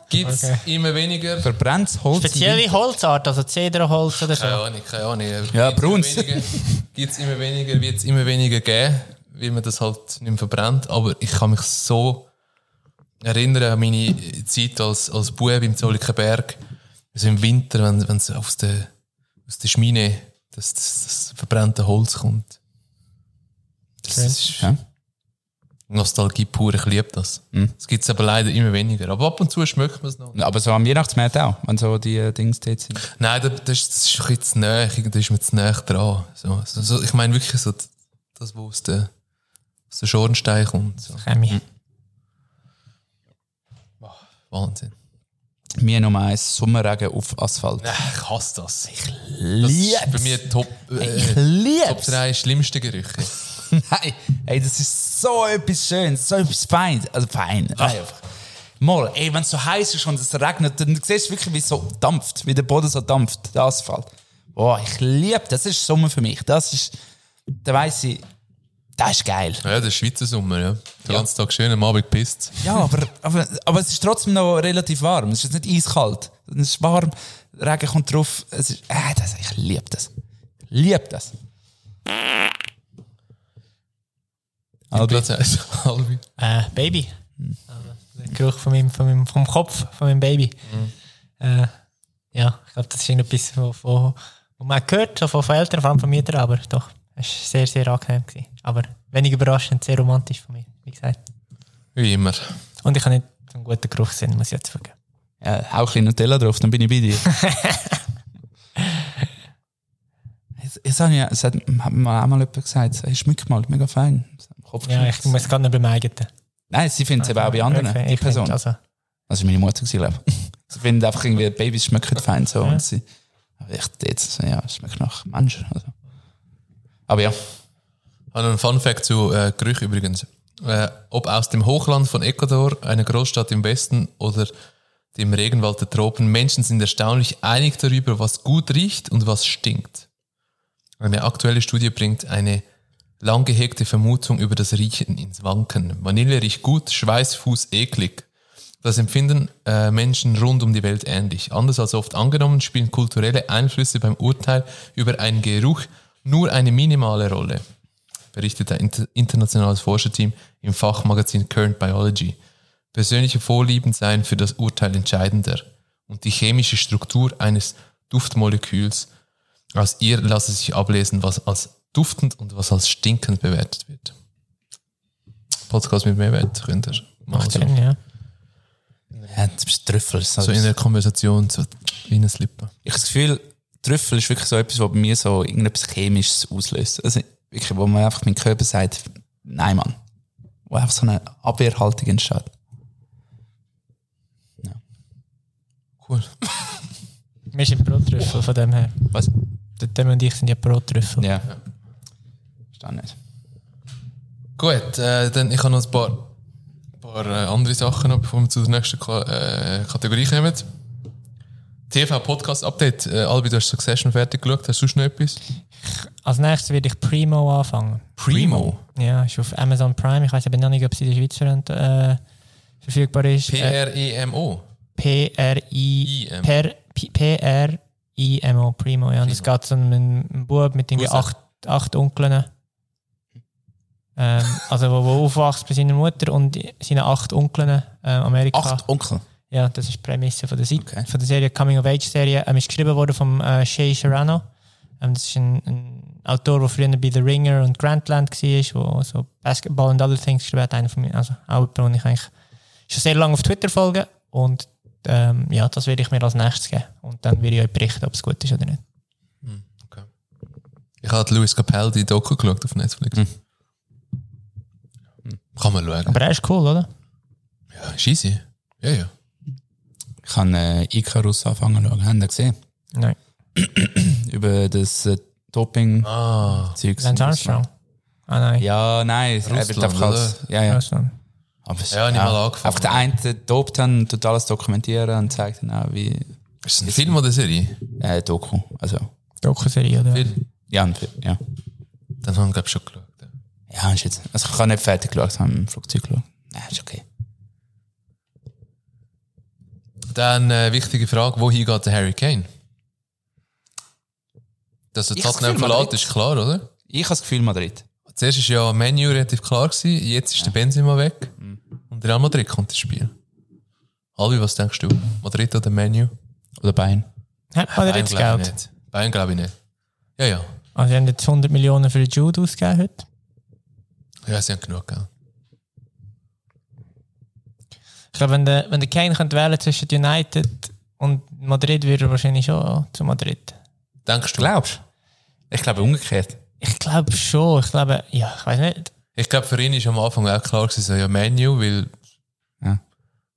Gibt es
Okay.
immer weniger?
Verbrenntes Holz.
Spezielle Holzart, also Zederholz oder so.
Keine Ahnung, keine Ahnung.
Ja, Bruns.
Gibt es immer weniger, wird es immer weniger geben, weil man das halt nicht mehr verbrennt. Aber ich kann mich so erinnern an meine Zeit als, als Bub im Zolikenberg. Also im Winter, wenn wenn es aus der, aus der Schmine das, das, das verbrennte Holz kommt. Das,
Schön.
ist
Ja.
Nostalgie pur, ich liebe das.
Hm.
Es gibt es aber leider immer weniger. Aber ab und zu schmeckt man es noch.
Aber so am Weihnachtsmarkt auch, wenn so die äh, Dings dort sind.
Nein, da- das ist, das ist ein bisschen zu nah, da ist man zu nah dran. So, so, so, ich meine wirklich so d- das, was aus der, aus der Schornstein kommt. So.
Chemie.
Wahnsinn.
Mir Nummer eins, Sommerregen auf Asphalt.
Nein, ich hasse das. Ich das
Lieb's.
ist bei mir Top,
Ich
äh, Top
lieb's.
3 schlimmste Gerüche.
Nein, ey, das ist so etwas Schönes, so etwas Feines. Also fein. Nein, einfach. Mal, ey, wenn es so heiß ist und es regnet, dann siehst du wirklich, wie es so dampft, wie der Boden so dampft, der Asphalt. Boah, ich liebe, das ist Sommer für mich. Das ist, da weiss ich, das ist geil.
Ja, das ist Schweizer Sommer, ja. Den ganzen Tag schön, am Abend pisst
Ja, aber, aber, aber es ist trotzdem noch relativ warm. Es ist jetzt nicht eiskalt. Es ist warm, Regen kommt drauf. Es ist, äh, das, ich liebe das. Ich liebe das. Albi,
Platz eins, Albi.
Äh, Baby. Also, der Geruch von meinem, von meinem, vom Kopf, von meinem Baby. Äh, ja, ich glaube, das ist irgendetwas, was wo, wo man gehört, so von von Eltern, vor allem von Müttern, aber doch, es war sehr, sehr angenehm. Gewesen. Aber wenig überraschend, sehr romantisch von mir, wie gesagt.
Wie immer.
Und ich habe nicht so einen guten Geruchssinn, muss ich jetzt sagen.
ja, hau ein bisschen Nutella drauf, dann bin ich bei dir. jetzt, jetzt habe ich, es hat, hat mir auch mal jemand gesagt, hey, schmeckt mal, mega fein.
Ja, ich muss gerade nicht beim eigenen.
Nein, sie findet es eben auch bei anderen
Okay,
die
ich
Personen.
finde, also,
Also meine Mutter war, glaube ich. Sie finden einfach irgendwie, Babys schmecken fein so. Und sie, aber ich jetzt, so, ja, es schmeckt nach Mensch. Also. Aber ja,
Ich habe noch einen Funfact zu äh, Gerüchen übrigens. Äh, ob aus dem Hochland von Ecuador, einer Großstadt im Westen oder dem Regenwald der Tropen, Menschen sind erstaunlich einig darüber, was gut riecht und was stinkt. Eine aktuelle Studie bringt eine lang gehegte Vermutung über das Riechen ins Wanken. Vanille riecht gut, Schweißfuß eklig. Das empfinden äh, Menschen rund um die Welt ähnlich. Anders als oft angenommen, spielen kulturelle Einflüsse beim Urteil über einen Geruch nur eine minimale Rolle berichtet ein inter internationales Forscherteam im Fachmagazin Current Biology. Persönliche Vorlieben seien für das Urteil entscheidender und die chemische Struktur eines Duftmoleküls Aus ihr lasse sich ablesen, was als duftend und was als stinkend bewertet wird. Podcast mit Mehrwert könnt ihr mal
Macht
so,
Sinn, ja.
Ja, du bist Trüffel. So
so Also in der Konversation so reinslippen.
ich habe das Gefühl, Trüffel ist wirklich so etwas, was bei mir so irgendetwas Chemisches auslöst. Also wirklich, wo man einfach mein Körper sagt, nein, Mann. Wo einfach so eine Abwehrhaltung entsteht.
Cool.
Wir sind Brottrüffel von dem her.
Was?
Der Dem und ich sind ja Brottrüffel.
Ja. Verstehe nicht.
Gut, äh, dann ich habe noch ein paar, paar äh, andere Sachen, noch, bevor wir zu der nächsten Ka äh, Kategorie kommen. TV Podcast Update. Äh, Albi, du hast Succession fertig geschaut. Hast du sonst noch etwas?
Als nächstes werde ich Primo anfangen.
Primo.
Ja, ist auf Amazon Prime. Ich weiß aber noch nicht, ob sie in der Schweiz äh, verfügbar ist. Äh,
P-R-E-M-O.
P-R-I.
I-M.
Per- P- P-R-I-M-O, Primo. Ja, und es geht so um einen Bub mit irgendwie
Cousin.
acht, acht Onkeln. Ähm, also, wo, wo aufwächst bei seiner Mutter und seinen acht Onkeln. Äh, Amerika.
Acht Onkel.
Ja, das ist die Prämisse von der, Seite,
Okay.
von der Serie Coming of Age Serie. Ähm, ist geschrieben worden von äh, Shay Serrano. Ähm, das ist ein, ein Autor, der früher bei The Ringer und Grantland war, wo so Basketball und other things geschrieben hat. Einer von mir, also auch jemand, den ich eigentlich schon sehr lange auf Twitter folge. Und ähm, ja, das werde ich mir als nächstes geben. Und dann werde ich euch berichten, ob es gut ist oder nicht.
Ich habe Louis Capaldi Doku geschaut auf Netflix. Hm. Kann man schauen.
Aber er ist cool, oder?
Ja, ist easy. Ja, ja.
Ich habe äh, Icarus anfangen zu schauen. Habt ihr gesehen?
Nein.
Über das äh, Doping.
Ah.
Zeugs
Lance
in
Armstrong. Ah nein.
Ja, nein, er wird
Russland,
einfach als. Ja, ja.
Awesome.
Aber es,
Ja, nicht mal angefangen.
Einfach der eine dopt dann, tut alles dokumentieren und zeigt dann auch wie
Ist es ein Film oder Serie?
äh, Doku. Also,
Doku-Serie, oder?
Film.
ja, und, ja.
Dann haben wir, glaube ich, schon geschaut. ja.
Ja, ist jetzt. Also, ich habe nicht fertig geschaut, ich habe im Flugzeug geschaut. Nein, ist okay.
Dann äh, wichtige Frage, wohin geht der Harry Kane? Dass er
Ich
Tottenham
fühl
verlässt,
Madrid.
ist klar, oder?
Ich habe das Gefühl, Madrid.
Zuerst ist ja Menu relativ klar gewesen, jetzt ist der Benzema weg und Real Madrid kommt ins Spiel. Albi, was denkst du? Madrid oder Menu?
Oder Bayern.
Hat man jetzt
glaube ich
Geld?
nicht. Bayern glaube ich nicht. Ja, ja.
Also, sie haben jetzt 100 Millionen für den Jude ausgegeben heute.
Ja, sie haben genug, gell?
Ich glaube, wenn der, wenn der Kane könnte wählen zwischen United und Madrid, würde er wahrscheinlich schon zu Madrid.
Denkst du?
Glaubst du? Ich glaube umgekehrt.
Ich glaube schon. Ich glaube, ja, ich weiß nicht.
Ich glaube, für ihn ist am Anfang auch klar gewesen, so, ja, Menu, weil...
Ja.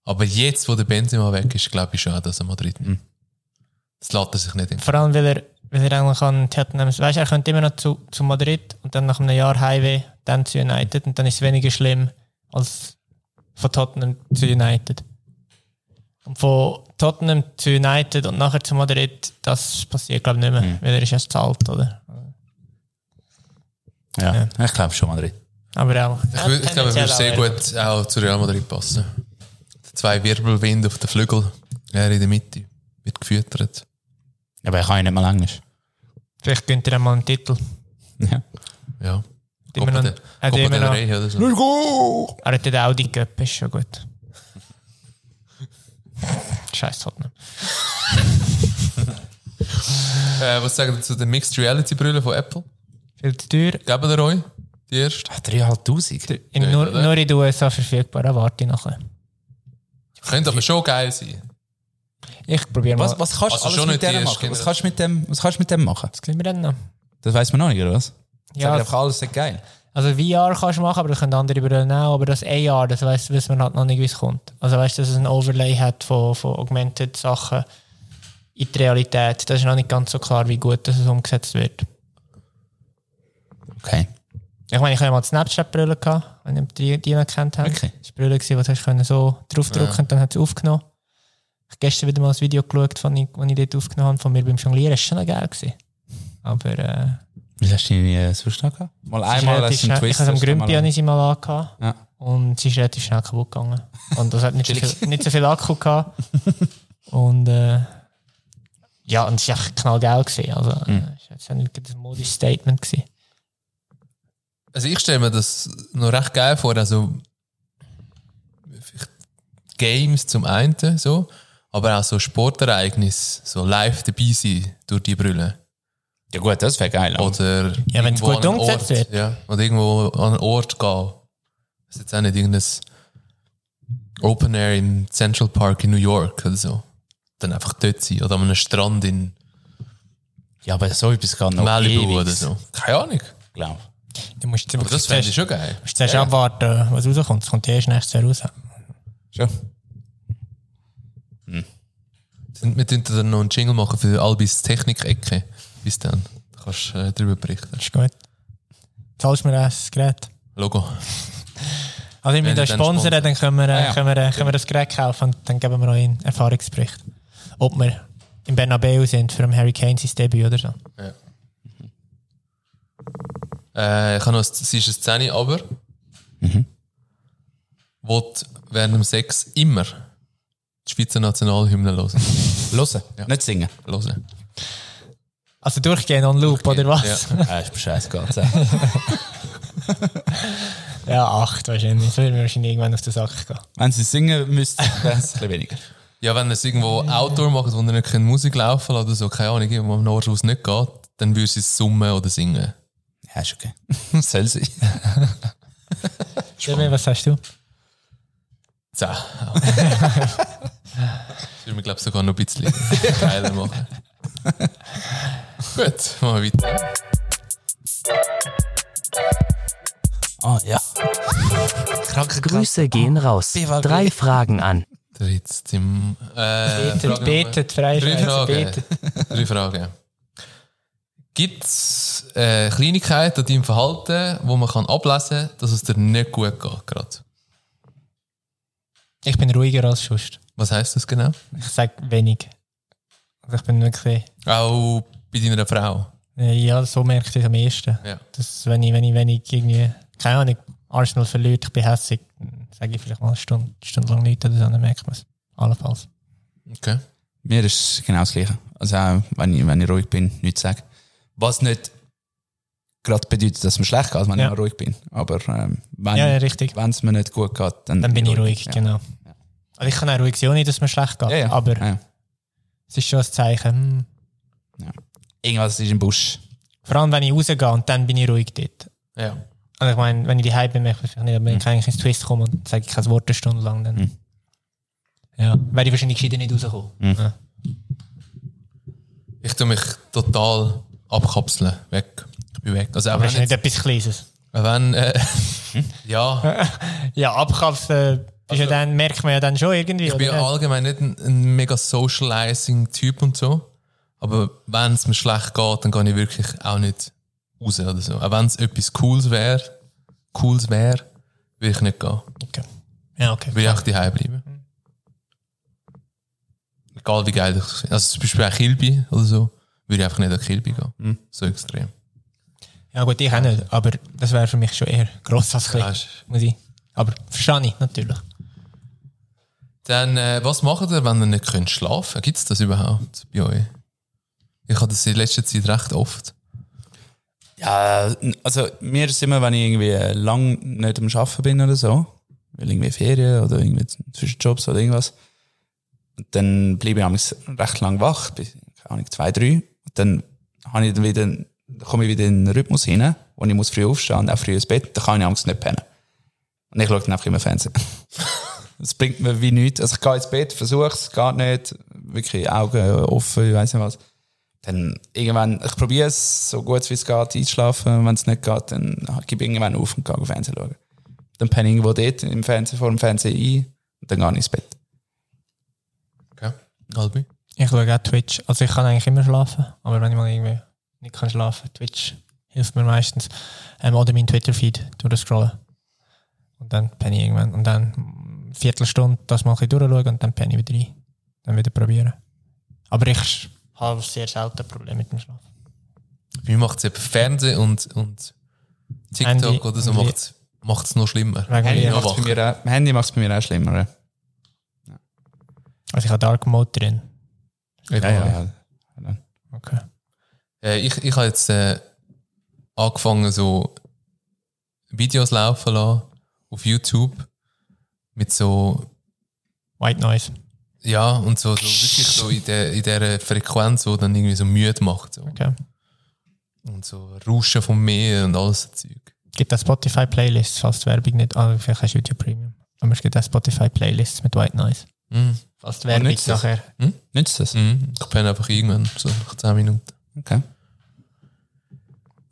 Aber jetzt, wo der Benzema weg ist, glaube ich schon, auch, dass er Madrid nimmt. Das lässt er sich nicht in.
Vor allem, weil er, weil er eigentlich an Tottenham, weißt, er könnte immer noch zu, zu Madrid und dann nach einem Jahr Highway, dann zu United und dann ist es weniger schlimm als von Tottenham zu United. Und von Tottenham zu United und nachher zu Madrid, das passiert glaube ich nicht mehr,
Hm.
weil er ist erst zu alt, oder?
Ja, ich glaube schon Madrid.
Aber auch.
Ich, wür- ich glaube, er würde sehr gut auch zu Real Madrid passen. Die zwei Wirbelwinde auf den Flügel, er in der Mitte, wird gefüttert.
Aber ich kann ja nicht mal Englisch.
Vielleicht gönnt er einmal einen Titel.
Ja.
Ja.
Immer
Copa
noch-
del-
hat
Copa
immer
del
noch-
Rey oder so.
Er hat den Audi Cup, e ist schon gut. Scheiß Tottenham.
Äh, was sagen Sie zu den Mixed Reality Brüllen von Apple?
Viel zu teuer.
Geben ihr euch die erste?
3'500?
In,
Nicht,
nur,
oder?
nur in den USA verfügbar, da warte ich nachher.
Könnte aber schon geil sein.
Ich probiere mal.
Was, was kannst
Also
du
schon nicht
alles mit
die
dem
erste
machen? Was kannst, du mit dem, was kannst du mit dem machen?
sehen wir denn noch?
Das weiß man noch nicht, oder was?
Ja,
Sag einfach alles ist geil.
also VR kannst du machen, aber das können andere Brillen auch. Aber das AR, das weiss, weiss man halt noch nicht, wie es kommt. Also weißt du, dass es ein Overlay hat von, von augmented Sachen in die Realität. Das ist noch nicht ganz so klar, wie gut das umgesetzt wird.
Okay.
Ich meine, ich habe ja mal die Snapchat-Brille gehabt, wenn ihr die, die noch kennt habt.
Wirklich?
Das war eine Brille, die du hast können so draufdrücken und dann hat es aufgenommen. Ich habe gestern wieder mal ein Video geschaut, von ich, das ich dort aufgenommen habe, von mir beim Jonglieren. Das war schon noch geil. Gewesen. Aber äh,
Wieso hast du ihn nie äh, sonst noch gehabt? Mal
es ist
einmal
relativ
hast du einen
schnell, ich
Twist.
habe es am
hast du
Grümpi
mal-
habe ich sie mal angehabt
Ja.
und sie ist relativ schnell kaputt gegangen. Und das hat nicht, so,
Chillig.
viel, nicht so viel Akku gehabt. Und äh, ja, und es war einfach knallgeil. Gewesen. Also,
Hm.
äh, es war nicht gerade ein modisches Statement. Gewesen.
Also ich stelle mir das noch recht geil vor, also vielleicht Games zum einen, so, aber auch so Sportereignisse, so live dabei sein durch die Brille.
Ja gut, das wäre geil. aber-
Oder
Ja, wenn's
irgendwo
gut
an einen
umgesetzt
Ort,
wird.
Ja, oder irgendwo an einen Ort gehen. Das ist jetzt auch nicht irgendein Open Air im Central Park in New York oder so. Dann einfach dort sein. Oder an einem Strand in
Ja, aber so etwas kann noch
Malibu
ewig,
oder so. Keine Ahnung.
glaub.
Du musst
Aber das fände ich schon geil.
musst zuerst abwarten, was rauskommt. Es kommt erst nächstes Jahr raus.
Schon.
Und wir könnten dann noch einen Jingle machen für Albis Technik-Ecke. Bis dann. Da kannst du äh, darüber berichten.
Ist gut. Zahlst du mir das Gerät?
Logo.
Also, wenn wir
Wenn
den
ich dann Ah,
Sponsor,
sponsere.
dann können wir, äh,
ja.
können, wir, äh, können wir das Gerät kaufen und dann geben wir noch einen Erfahrungsbericht. Ob wir im Bernabeu sind für den Harry Kane sein Debüt oder so.
Äh, ich habe noch, sie ist eine Szene, aber mhm. will während dem Sex immer die Schweizer Nationalhymne hören.
Hören, nicht singen.
hören.
Also durchgehend on loop, oder was?
Ja.
Ah, ist mir scheißegal.
Ja, acht wahrscheinlich. Das würde mir wahrscheinlich irgendwann auf den Sack gehen.
Wenn sie singen müssten, wäre es ein bisschen weniger.
ja, wenn ihr es irgendwo Outdoor macht, wo ihr nicht könnt Musik laufen lassen oder so, keine Ahnung, wo man Ort, wo es nicht geht, dann würdest du es summen oder singen.
Ja, ist okay. Soll sie.
Demi, was hast du?
Zäh. das würde mir, glaube ich, sogar noch ein bisschen geiler machen. Gut, machen wir weiter.
Ah, ja.
Grüße gehen raus. Drei Fragen an.
Der jetzt im. Äh,
Betet,
Frage Nummer-
betet,
Drei
frei, Schweizer,
Fragen.
betet.
Drei Fragen. Gibt es äh, Kleinigkeiten an deinem Verhalten, wo man kann ablesen kann, dass es dir nicht gut geht? Grad?
Ich bin ruhiger als sonst.
Was heisst das dus genau?
Ich sage wenig. Also ich bin wirklich...
Auch bei deiner Frau.
äh, Ja, so merke ich das am ehesten.
Ja.
Dass wenn ich, wenn ich, wenn ich irgendwie... Keine Ahnung, Arsenal verliert, ich bin hässig, sage ich vielleicht mal eine Stunde, Stunde lang nichts oder so, dann merkt man es. Allenfalls.
Okay.
Mir ist genau das Gleiche. Also auch wenn ich, wenn ich ruhig bin, nichts sagen. Was nicht gerade bedeutet, dass es mir schlecht geht, wenn
Ja.
ich mal ruhig bin. Aber ähm, wenn
Ja, ja, richtig.
es mir nicht gut geht, dann,
Dann bin ich ruhig,
Ja.
genau. Also ich kann auch ruhig sein, ohne dass es mir schlecht geht.
Ja, ja.
Aber
Ja.
es ist schon ein Zeichen. Hm.
Irgendwas ist im Busch.
Vor allem, wenn ich rausgehe und dann bin ich ruhig dort.
Ja.
Also ich meine, wenn ich die bin, möchte ich vielleicht nicht, aber
Hm.
wenn ich eigentlich ins Twist komme und sage ich kein Wort eine Stunde lang, dann ja, wäre ich wahrscheinlich gescheiter nicht rausgekommen.
Hm.
Ja.
Ich tue mich total abkapseln. Weg. Ich bin weg. Also auch
Aber
wenn,
es ist nicht
jetzt,
etwas Kleines.
auch wenn äh, ja,
Ja, abkaufen ist ja dann, merkt man ja dann schon irgendwie.
ich bin
oder?
allgemein nicht ein, ein mega socializing Typ und so. Aber wenn es mir schlecht geht, dann gehe ich wirklich auch nicht raus oder so. Auch wenn es etwas Cooles wäre, Cooles wäre, will ich nicht gehen.
okay. Ja, okay.
Will ich auch daheim bleiben. Egal wie geil ich es finde. Also zum Beispiel auch Kilby oder so, würde ich einfach nicht an Kilby gehen. So extrem.
Ja gut, ich auch nicht, aber das wäre für mich schon eher gross als klein.
Ja, ist-
muss ich. Aber verstehe ich natürlich.
Dann, äh, was macht ihr, wenn ihr nicht könnt schlafen könnt? Gibt es das überhaupt bei euch? Ich habe das in letzter Zeit recht oft.
Ja, also mir ist immer, wenn ich irgendwie lang nicht am Arbeiten bin oder so, weil irgendwie Ferien oder irgendwie zwischen Jobs oder irgendwas, und dann bleibe ich amigs recht lang wach, bis, keine Ahnung, zwei, drei, und dann, habe ich dann wieder, dann komme ich wieder in den Rhythmus hinein, wo ich muss früh aufstehen und auch früh ins Bett, dann kann ich amigs nicht pennen. Und ich schaue dann einfach immer Fernsehen. das bringt mir wie nichts. Also ich gehe ins Bett, versuche es, geht nicht, wirklich Augen offen, ich weiß nicht was dann irgendwann, ich probiere es so gut wie es geht einzuschlafen. Wenn es nicht geht, dann gebe ich irgendwann auf und gehe auf Fernsehen schauen. Dann penne ich irgendwo dort im Fernsehen, vor dem Fernsehen ein und dann gehe ich ins Bett.
Okay. Albi?
Ich schaue auch Twitch. Also ich kann eigentlich immer schlafen, aber wenn ich mal irgendwie nicht kann schlafen, Twitch hilft mir meistens. Ähm, oder mein Twitter-Feed durchscrollen. Und dann penne ich irgendwann. Und dann mm, Viertelstunde das mal ein bisschen durchschauen und dann penne ich wieder rein. Dann wieder probieren. Aber ich sch- habe sehr selten Probleme mit dem Schlafen.
Bei mir macht es eben Fernsehen und, und TikTok
Handy
oder so
und
macht es noch schlimmer.
Wegen
Bin ich
mir.
noch
Macht's
wach.
bei mir auch, Handy macht es bei mir auch schlimmer. ja.
Also ich habe Dark Mode drin.
Eben.
Okay.
Äh, ich ich habe jetzt äh, angefangen, so Videos laufen lassen auf YouTube mit so
White Noise.
Ja, und so, so wirklich so in der, in der Frequenz, die dann irgendwie so müde macht. So.
Okay.
Und so Rauschen vom Meer und alles so Zeug.
gibt auch Spotify-Playlists, falls die Werbung nicht. Ah, vielleicht hast du YouTube Premium. Aber es gibt auch Spotify-Playlists mit White Noise.
Mhm.
Falls die
Ah,
Werbung
nützt das?
nachher.
Nützt das?
Mhm. Hm? Ich penne einfach irgendwann, so nach 10 Minuten.
Okay.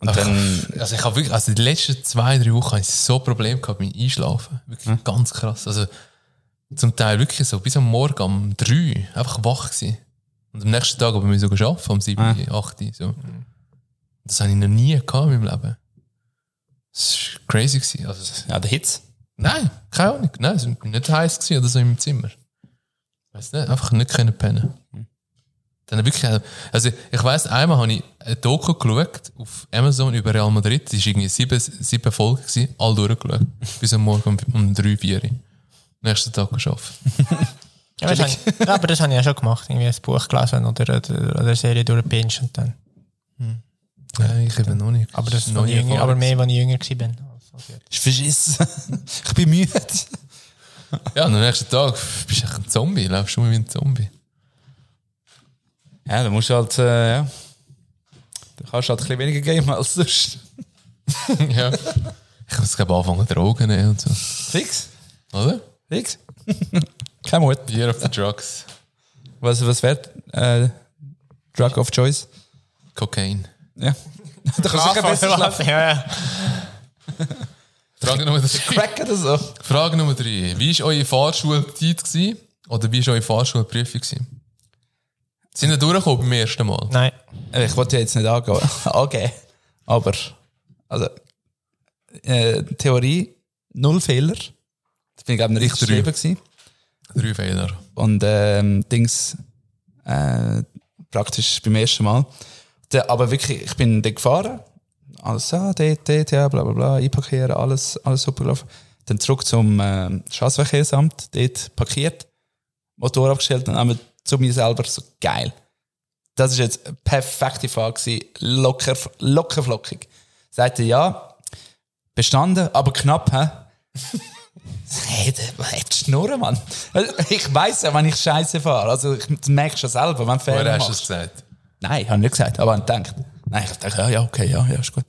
Und dann,
also ich habe wirklich, also die letzten zwei, drei Wochen habe ich so Probleme gehabt mit dem Einschlafen. Wirklich
Hm?
ganz krass. Also zum Teil wirklich so bis am Morgen um drei einfach wach gewesen. Und am nächsten Tag aber wir sogar arbeiten, um sieben,
Ah.
acht. So. Das habe ich noch nie gehabt in meinem Leben. Das war crazy. Gewesen. Also,
ja, der Hitz.
nein, keine Ahnung. Nein, es war nicht heiß gewesen oder so im Zimmer. Weißt nicht, einfach nicht können pennen. Dann wirklich, äh, also ich weiss, einmal habe ich ein Doku geschaut auf Amazon über Real Madrid. Das war irgendwie sieben, sieben Folgen, gewesen, all durchgeschaut. Bis am Morgen um, um drei, vier. Uhr. Nächsten Tag geschafft.
Ja, aber das habe ich, ja, aber das habe ich ja schon gemacht. Irgendwie ein Buch gelesen oder, oder, oder eine Serie durchgepincht und dann.
Nein, ich eben noch nicht.
Aber das ist
noch nie
jünger, aber
erfahren.
mehr, wenn ich jünger war. bin. Also, als jetzt.
Ich verschissen. ich bin müde.
Ja, und am nächsten Tag bist du echt ein Zombie, läufst du immer wie ein Zombie.
Ja, dann musst du halt, äh, ja. Du kannst halt ein bisschen weniger geben als sonst.
ja. Ich muss glaube anfangen Drogen nehmen und so.
Fix?
Oder?
Fix? Kein Mut.
Year of the Drugs.
Was, was wäre äh, Drug of Choice?
Cocaine.
Ja. da kannst du sicher besser schlafen.
Ja, ja.
Frage Nummer drei.
Crack oder so.
Frage Nummer drei. Wie war eure Fahrschulzeit gewesen? oder wie war eure Fahrschulprüfung? Gewesen? Sind ihr durchgekommen beim ersten Mal?
Nein.
Äh, Ich wollte ja jetzt nicht angehen. angehen. Aber, also, äh, Theorie, null Fehler. Ich bin, glaube ich, nicht
Ich drei.
geschrieben gewesen.
Drei Fehler.
Und ähm, Dings, äh, praktisch beim ersten Mal. Da, aber wirklich, ich bin da gefahren. Alles, ah, dort, dort, ja, bla, bla, bla, einparkieren, alles, alles super gelaufen. Dann zurück zum äh, Straßenverkehrsamt, dort parkiert, Motor abgestellt und einmal zu mir selber so geil. Das ist jetzt eine perfekte Fahrt gewesen. Locker, locker flockig. Sagte ja, bestanden, aber knapp, hä? Hey, der hat Schnurren, Mann. Also, Ich weiss ja, wenn ich Scheiße fahre. Also, ich das merke schon selber, wenn du
Oder
Fehler
hast du
machst.
es gesagt?
Nein, habe ich nicht gesagt, aber ich gedacht. Nein, ich dachte, ja, ja, okay, ja, ja, ist gut.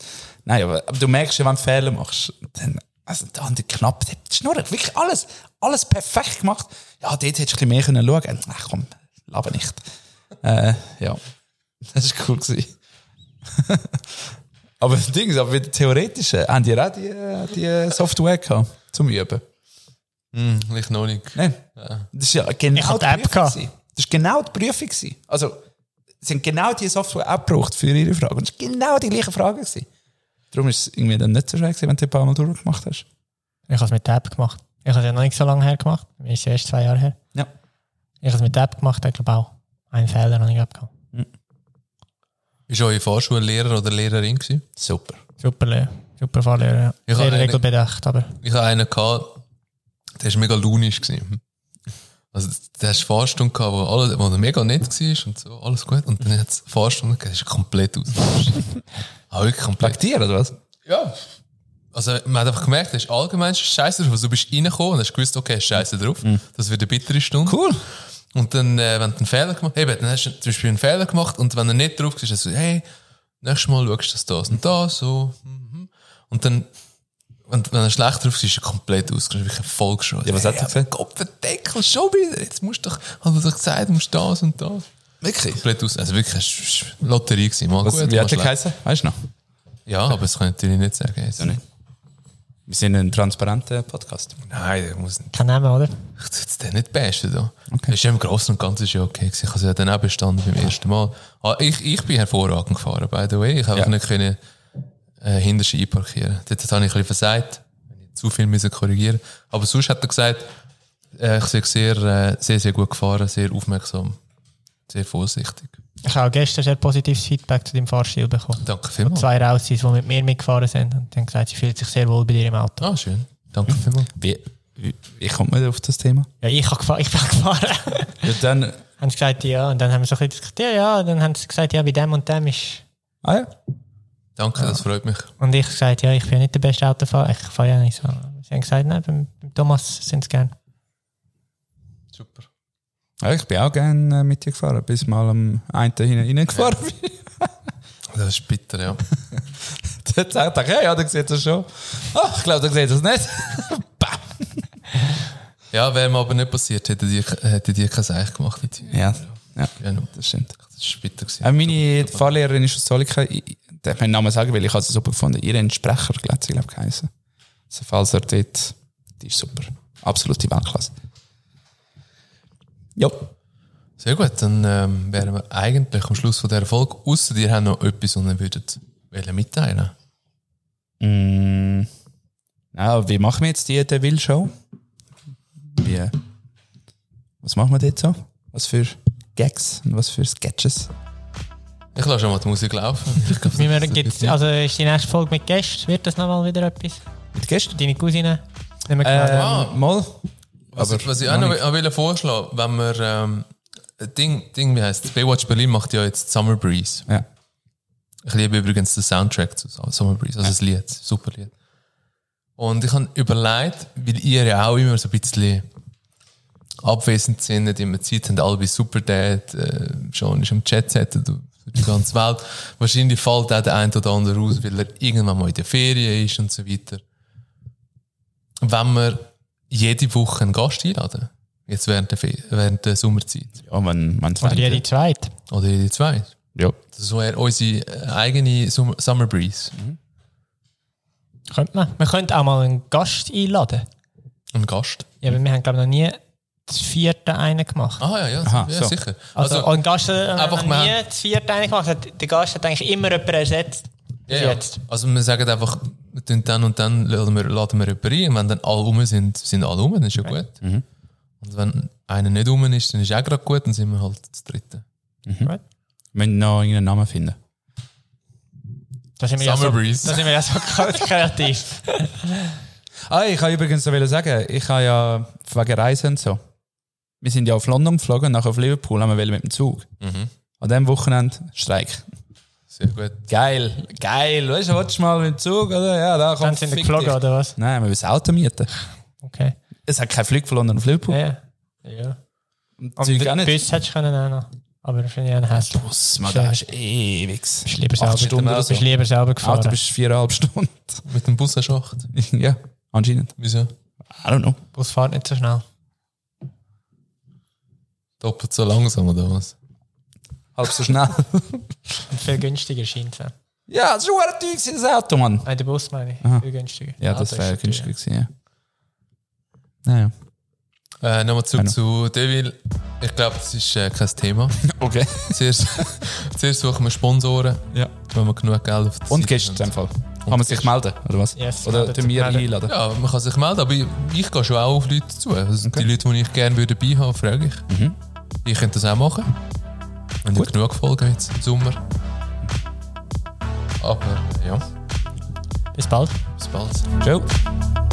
Nein, aber, aber du merkst ja, wenn du Fehler machst, dann, also da haben die knapp, die Schnurren, wirklich alles, alles perfekt gemacht. Ja, dort hättest du ein bisschen mehr können schauen. Ach komm, laber nicht. Äh, ja, das ist cool gewesen. aber das Ding ist, aber mit theoretisch äh, haben die auch die, äh, die Software gehabt, zum Üben.
Hm, ich noch nicht.
Nein. Das ist ja genau
Ich hab die App
Prüfung
gehabt.
gewesen. Das ist genau die Prüfung. gewesen. Also, sie haben genau diese Software auch gebraucht für ihre Frage. Und es war genau die gleiche Frage. Gewesen. Darum ist es irgendwie dann nicht so schwer, gewesen, wenn du ein paar Mal durchgemacht hast.
Ich habe es mit der App gemacht. Ich habe es ja noch nicht so lange her gemacht. Mir ist es erst zwei Jahre her.
Ja.
Ich habe es mit der App gemacht, ich glaube auch. Einen Fehler habe ich abgehauen.
Ist eure Fahrschullehrer oder Lehrerin gewesen?
Super.
Super, Lehrer. super Fahrlehrer. Ja.
Ich
Sehr
habe eine-
regelbedacht, aber
Ich hatte einen, gehabt, der war mega launisch. Gewesen. Also, der hast Fahrstunde gehabt, wo, alles, wo er mega nett war und so, alles gut. Und dann hat es Fahrstunde gegeben, das ist komplett aus. Aber wirklich komplett.
Praktieren, oder was?
Ja. Also, man hat einfach gemerkt, das ist allgemein scheiße drauf. Also, du bist reingekommen und hast gewusst, okay, scheiße drauf. Das wird eine bittere Stunde.
Mhm. Cool.
Und dann, äh, wenn du einen Fehler gemacht hast, dann hast du zum Beispiel einen Fehler gemacht und wenn er nicht drauf ist, hast du gesagt, hey, nächstes Mal schaust du das, das und das, so. Mhm. Und dann, wenn, wenn er schlecht drauf ist, ist er komplett ausgeschrieben, wirklich voll geschrien.
Ja, was hat er gesagt?
Gott, der Deckel, schon wieder, jetzt musst du doch, hat er doch gesagt, du musst das und das.
Wirklich?
Komplett aus, also wirklich, es war Lotterie gewesen, mal
Was,
gut,
wie
mal
hat der
schlecht.
geheißen? Weißt du noch?
Ja, aber das kann ich natürlich nicht sagen. Jetzt.
nicht. Wir sind ein transparenter Podcast.
Nein, der muss
kein Name, oder?
Ich tu jetzt den nicht bashen. Da. Das ist ja im Großen und Ganzen ist ja okay. gewesen. Ich habe es ja dann auch bestanden beim ersten Mal. Ah, ich, ich bin hervorragend gefahren, by the way. Ich habe
Ja.
auch nicht können, äh, hinterste einparkieren. Dort habe ich ein bisschen versagt. Wenn ich zu viel müssen korrigieren Aber sonst hat er gesagt, äh, ich sei sehr, äh, sehr, sehr gut gefahren, sehr aufmerksam, sehr vorsichtig.
Ich habe auch gestern sehr positives Feedback zu deinem Fahrstil bekommen.
Danke vielmals.
Zwei Rausis, die mit mir mitgefahren sind und die haben gesagt, sie fühlt sich sehr wohl bei dir im Auto.
Ah, schön. Danke vielmals.
Wie, wie, wie kommt man auf das Thema?
Ja, ich, habe gefahren, ich bin gefahren.
Ja, dann,
haben sie gesagt, ja. Und dann haben wir so ein bisschen diskutiert, ja. Und dann haben sie gesagt, ja, bei dem und dem ist...
ah ja.
Danke, das freut mich.
Und ich gesagt, ja, ich bin ja nicht der beste Autofahrer. Ich fahre ja nicht so. Sie haben gesagt, nein, beim, beim Thomas sind sie gern.
Super.
ja. Ich bin auch gerne äh, mit dir gefahren, bis mal am einen hineingefahren bin.
Das ist bitter, ja.
Dort sagt er, hey, ja, der sieht das schon. Ah, ich glaube, der sieht das nicht. Bam.
Ja, wäre mir aber nicht passiert, hätte die, hätte die kein Seich gemacht. Die Tür.
Ja, ja,
Genau.
das stimmt.
Das ist bitter gewesen.
Äh, meine Fahrlehrerin ist aus Solika. Ich ich darf meinen Namen sagen, weil ich habe sie super gefunden. Irene Sprecher, glaube ich, glaube geheißen. Also, falls er dort, die ist super. Absolute Weltklasse. Ja.
Sehr gut, dann ähm, wären wir eigentlich am Schluss von dieser Folge. Außer dir haben noch etwas und ihr würdet wollen mitteilen.
Mm. Ja, wie machen wir jetzt die Deville Show? Wie? Was machen wir dort so? Was für Gags und was für Sketches?
Ich lasse schon mal die Musik laufen. Ich glaub,
Wie wir,
das- das
gibt's,
wird-
also ist die nächste Folge mit Gästen? Wird das nochmal wieder etwas?
Mit Gästen?
Deine Cousine? Nicht mehr
Äh,
genau.
Ah.
Mal.
was, ich, was ich auch noch will- will vorschlagen wenn wir ähm, Ding, Ding, wie heißt Baywatch Berlin macht ja jetzt Summer Breeze.
Ja.
Ich liebe übrigens den Soundtrack zu Summer Breeze, also das Lied, super Lied. Und ich habe überlegt, weil ihr ja auch immer so ein bisschen abwesend sind, nicht immer Zeit habt, alle bei Super Dad, äh, schon ist im Chat Set durch die ganze Welt. Wahrscheinlich fällt auch der ein oder andere raus, weil er irgendwann mal in der Ferien ist und so weiter. Wenn wir jede Woche einen Gast einladen, jetzt während der, Fe während der Sommerzeit,
Ja, wenn man
Oder jede zweite?
oder jede zweite,
Ja.
das wäre unsere äh, eigene Summer, Summer Breeze.
Könnte man. Wir könnten auch mal einen Gast einladen.
Ein Gast.
Ja, aber wir haben, glaube ich, noch nie das vierte einen gemacht.
Ah ja, ja,
Aha,
ja
so.
sicher. Also,
Also, also ein Gast hat
einfach
einfach
mal-
nie das vierte einen gemacht. Hat- Der Gast hat eigentlich immer jemanden ersetzt.
ja,
Bis
ja.
jetzt.
also wir sagen einfach, wir tun dann und dann laden wir, laden wir jemanden rein. Und wenn dann alle rum sind, sind alle rum, dann ist ja gut. Und wenn einer nicht rum ist, dann ist auch gerade gut, dann sind wir halt das Dritte.
Mhm.
Gut.
Wir müssen noch irgendeinen Namen finden.
Da sind wir ja
Summer
so,
Breeze.
Da sind wir ja so kreativ.
Ah, ich kann übrigens noch sagen, ich habe ja wegen Reisen und so. Wir sind ja auf London geflogen und nachher auf Liverpool haben wir wollen mit dem Zug.
Mhm.
An diesem Wochenende Streik.
Sehr gut.
Geil, geil. Weißt du, willst du mal mit dem Zug? Oder? Ja, da kommt
Dann sind wir geflogen, oder was?
Nein, wir haben das Auto mieten.
Okay.
Es hat keinen Flug von London auf Liverpool.
Ja. ja.
Und
Und
Zug auch
den
nicht.
Bus hättest du können auch noch. Aber das finde ich auch hässlich. Du
Bus, man, das ist ewig.
bist lieber
Acht
selber,
Stunden
du
oder
bist
so.
lieber selber gefahren.
Auto bist viereinhalb Stunden.
Mit dem Bus hast du acht.
ja, anscheinend.
Wieso?
I don't know.
Bus fährt nicht so schnell.
Doppelt so langsam oder was?
Halb so schnell.
Und viel günstiger scheint es auch.
ja, das ist ein teuer gewesen, das Auto, Mann.
Nein, der Bus meine ich. Viel günstiger.
Ja,
Auto
das
ist
wäre
schon teuer.
günstiger gewesen, ja. Naja.
Äh, Nochmal zurück
Genau.
zu Devil. Ich glaube, das ist äh, kein Thema.
Okay.
Zuerst, zuerst suchen wir Sponsoren,
Ja.
wenn wir genug Geld auf die
Und
Seite
Gäste in
haben.
dem Fall. Kann man sich melden, oder was?
Yes,
oder
melden
tun wir
sich, melden.
einladen?
Ja, man kann sich melden, aber ich, ich gehe schon auch auf Leute zu. Also Die Leute, die ich gerne würde dabei haben, frage ich. Ich könnte das auch machen. Wenn ich genug Folgen jetzt im Sommer. Aber ja,
Bis bald.
bis bald.
Ciao.